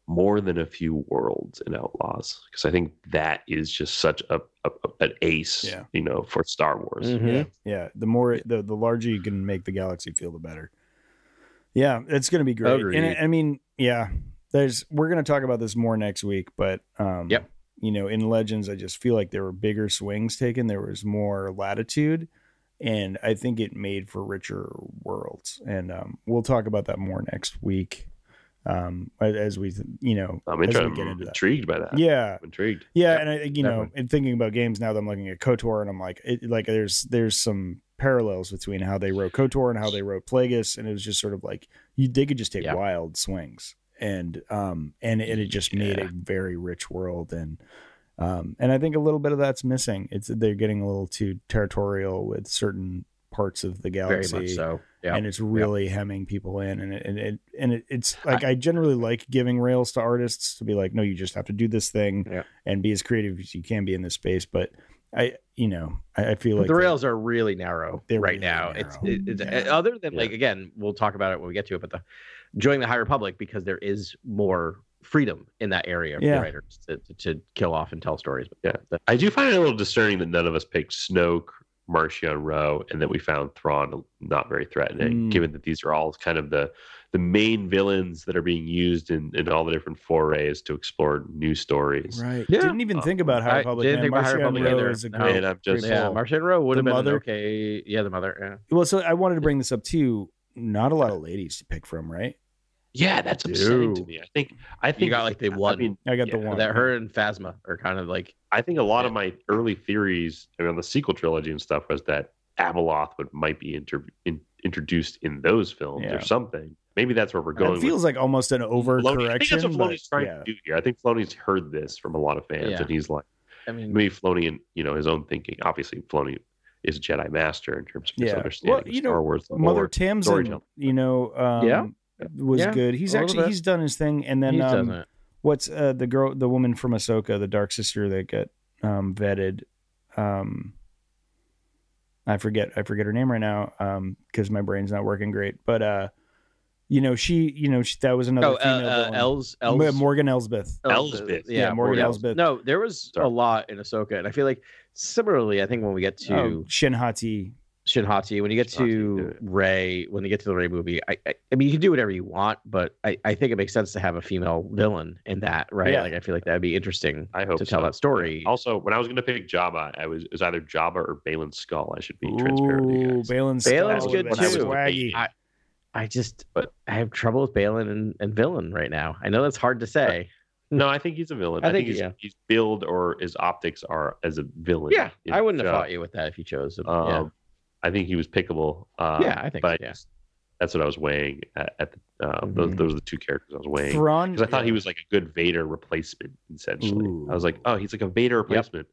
S2: more than a few worlds in Outlaws because I think that is just such a, a an ace,
S1: Yeah.
S2: you know, for Star Wars.
S4: Mhm.
S1: Yeah, yeah. The more the the larger you can make the galaxy feel, the better. Yeah, it's going to be great. And
S4: Agreed.
S1: I, I mean, yeah, there's we're going to talk about this more next week, but um,
S4: Yep.
S1: You know, in Legends, I just feel like there were bigger swings taken. There was more latitude, and I think it made for richer worlds. And um, we'll talk about that more next week. Um, as- as we, you know,
S2: I'm,
S1: as
S2: intrigued,
S1: we get
S2: I'm
S1: into that.
S2: intrigued by that.
S1: Yeah,
S2: I'm intrigued.
S1: yeah,
S4: Yep,
S1: and I, you know,
S4: definitely.
S1: in thinking about games now that I'm looking at Kotor, and I'm like, it, like there's there's some parallels between how they wrote Kotor and how they wrote Plagueis, and it was just sort of like you they could just take
S4: Yeah.
S1: wild swings, and um and it, it just made a very rich world, and um and I think a little bit of that's missing. It's they're getting a little too territorial with certain parts of the
S4: Very
S1: galaxy,
S4: much so. Yeah.
S1: and it's really hemming people in and it, and it and it, it's like I, generally like giving rails to artists to be like no you just have to do this thing
S4: Yeah.
S1: and be as creative as you can be in this space but i you know i, I feel
S4: But
S1: like
S4: the rails are really narrow
S1: They're
S4: right
S1: really
S4: now. It's,
S1: narrow.
S4: it- it's uh,
S1: Yeah.
S4: other than
S2: Yeah.
S4: like again, we'll talk about it when we get to it. But the joining the High Republic because there is more freedom in that area for
S1: Yeah.
S4: writers to, to, to kill off and tell stories. But
S2: Yeah. I do find it a little discerning that none of us picked Snoke, Marcia, and Roe, and that we found Thrawn not very threatening,
S1: Mm.
S2: given that these are all kind of the the main villains that are being used in, in all the different forays to explore new stories.
S1: right
S4: Yeah.
S1: didn't even think about
S4: I
S1: high republic
S4: didn't
S1: man.
S4: think about High
S1: Marcia
S4: Republic
S1: Monroe
S4: either.
S1: is a
S4: No.
S1: great-
S2: And I'm
S1: great
S2: just-
S4: yeah,
S1: pull.
S4: Martian Row would
S1: The
S4: have been an
S1: mother-
S4: okay. Yeah, the mother. Yeah.
S1: well so i wanted to bring this up too not a lot of ladies to pick from right
S2: Yeah, that's upsetting to
S4: Ew.
S2: me. I think I think
S4: You got like the
S2: I
S4: one
S2: mean,
S1: i got the
S2: Yeah,
S1: one
S4: that her and Phasma are kind of like
S2: I think a lot of my early theories I mean, on the sequel trilogy and stuff was that Avaloth would might be inter- in, introduced in those films
S1: Yeah.
S2: or something. Maybe that's where we're
S1: That
S2: going. with
S1: feels like almost an
S2: Filoni- I think
S1: overcorrection
S2: that's what Filoni's
S1: but
S2: trying
S1: yeah
S2: to do here. I think Filoni's heard this from a lot of fans,
S4: Yeah.
S2: and he's like,
S4: I mean,
S2: Maybe Filoni, you know, his own thinking. Obviously, Filoni is a Jedi master in terms of his
S1: Yeah.
S2: understanding
S1: Well, you
S2: of
S1: know,
S2: Star Wars. the
S1: Mother
S2: lore.
S1: Tamsin,
S2: storytelling.
S1: you know, um,
S4: Yeah.
S1: was
S4: Yeah,
S1: good. He's
S4: a little
S1: actually
S4: bit.
S1: he's done his thing, and then
S4: he
S1: um,
S4: doesn't.
S1: what's uh, the girl, the woman from Ahsoka, the dark sister that got um, vetted. Um, I forget, I forget her name right now because my brain's not working great. But uh, you know, she, you know, she, that was another
S4: Oh, uh,
S1: female
S4: uh,
S1: villain.
S4: Els, Els, uh,
S1: M- Morgan Elsbeth.
S2: Elsbeth.
S4: Yeah,
S1: Yeah, Morgan Elsbeth.
S4: No, there was
S2: Sorry.
S4: a lot in Ahsoka, and I feel like similarly, I think when we get to
S1: Oh, Shin Hati.
S4: Shin Hati, when you get
S2: Shin Hati,
S4: to
S2: yeah.
S4: Ray, when you get to the Ray movie, I, I, I mean, you can do whatever you want, but I, I think it makes sense to have a female villain in that, right?
S1: Yeah.
S4: Like, I feel like that'd be interesting
S2: I hope
S4: to tell
S2: so.
S4: that story.
S2: Also, when I was going to pick Jabba, I was it was either Jabba or Balin Skull. I should be transparent with you
S1: Ooh,
S2: guys.
S1: Balin's,
S4: Balin's
S1: Skull
S4: good
S1: would've been
S4: too.
S1: Swaggy.
S4: I- I just, I have trouble with Balin and, and villain right now. I know that's hard to say.
S2: no, I think he's a villain.
S4: I
S2: I, think,
S4: think,
S2: he's, he's build or his optics are as a villain.
S4: Yeah,
S2: in
S4: I wouldn't have
S2: Jabba.
S4: fought you with that if you chose. Um,
S2: uh, Um,
S4: yeah.
S2: I think he was pickable. Um,
S4: Yeah, I think
S2: but
S4: so, yeah.
S2: that's what I was weighing at, at the, um, those,
S4: Mhm.
S2: those are the two characters I was weighing.
S1: Thrawn.
S2: Because I thought he was like a good Vader replacement, essentially. I was like, oh, he's like a Vader replacement.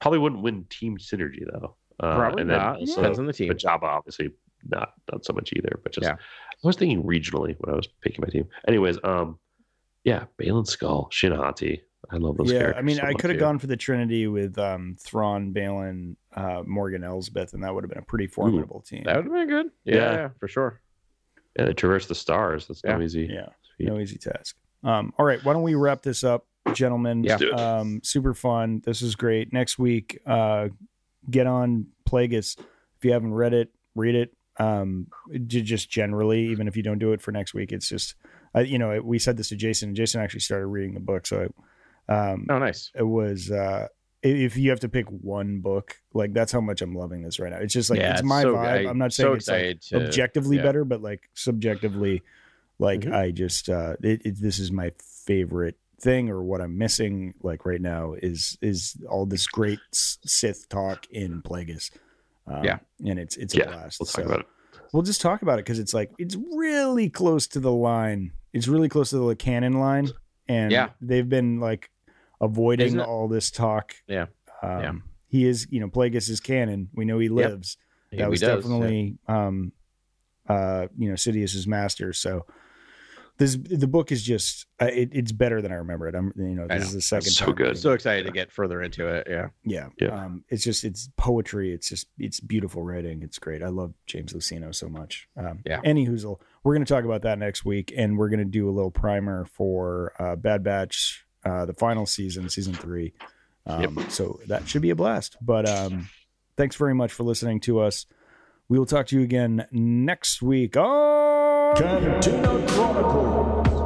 S2: Probably wouldn't win team synergy though. Uh,
S4: Probably
S2: and then
S4: not. It
S2: also-
S4: depends on the team.
S2: But Jabba, obviously, not not so much either. But just
S4: Yeah.
S2: I was thinking regionally when I was picking my team. Anyways, um, yeah, Balin Skull, Shin Hati. I love those
S1: yeah,
S2: characters.
S1: I mean,
S2: so
S1: I
S2: much,
S1: could have
S2: too.
S1: gone for the Trinity with um, Thrawn, Balin, uh, Morgan Elsbeth, and that would have been a pretty formidable team.
S4: That would have been good. Yeah,
S2: Yeah.
S4: yeah, for sure.
S2: Yeah, they traverse the stars. That's no
S4: Yeah.
S2: easy.
S1: yeah,
S2: Sweet.
S1: no easy task. Um, all right, why don't we wrap this up, gentlemen?
S4: Yeah.
S2: Let's do it.
S1: Um, super fun. This is great. Next week, uh, get on Plagueis. If you haven't read it, read it. Um, j- just generally, even if you don't do it for next week, it's just, uh, you know, we said this to Jason, and Jason actually started reading the book. So, um,
S4: Oh, nice.
S1: it was uh i- if you have to pick one book like that's how much i'm loving this right now it's just like
S4: Yeah,
S1: it's my
S4: so-
S1: vibe
S4: I-
S1: i'm not
S4: so
S1: saying it's like
S4: excited to-
S1: objectively
S4: yeah. Mm-hmm.
S1: better but like subjectively like
S2: Mhm.
S1: i just uh it, it, this is my favorite thing or what i'm missing like right now is is all this great S- sith talk in plagueis um,
S4: Yeah.
S1: and it's it's a
S2: Yeah,
S1: blast
S2: We'll talk
S1: So-
S2: about it.
S1: we'll just talk about it because it's like it's really close to the line. It's really close to the canon line, and
S4: Yeah.
S1: they've been like avoiding
S4: Isn't it-
S1: all this talk.
S4: Yeah.
S1: um,
S4: Yeah.
S1: he is. You know, Plagueis is canon. We know he lives.
S4: Yeah,
S1: That
S4: he
S1: was
S4: does, yeah.
S1: definitely, um, uh, you know, Sidious's master. So this the book is just uh, it, it's better than I remember it. I'm you know
S4: I
S1: this
S4: know.
S1: is the second
S2: so
S1: time
S2: good.
S1: reading it.
S4: So excited to get further into it. Yeah.
S1: Yeah.
S2: Yeah.
S1: Um, it's just it's poetry. It's just it's beautiful writing. It's great. I love James Lucino so much. Um,
S4: Yeah.
S1: Any whoozle. We're gonna talk about that next week, and we're gonna do a little primer for uh, Bad Batch, uh, the final season, season three. Um, So that should be a blast. But um, thanks very much for listening to us. We will talk to you again next week on
S5: Cantina Chronicles.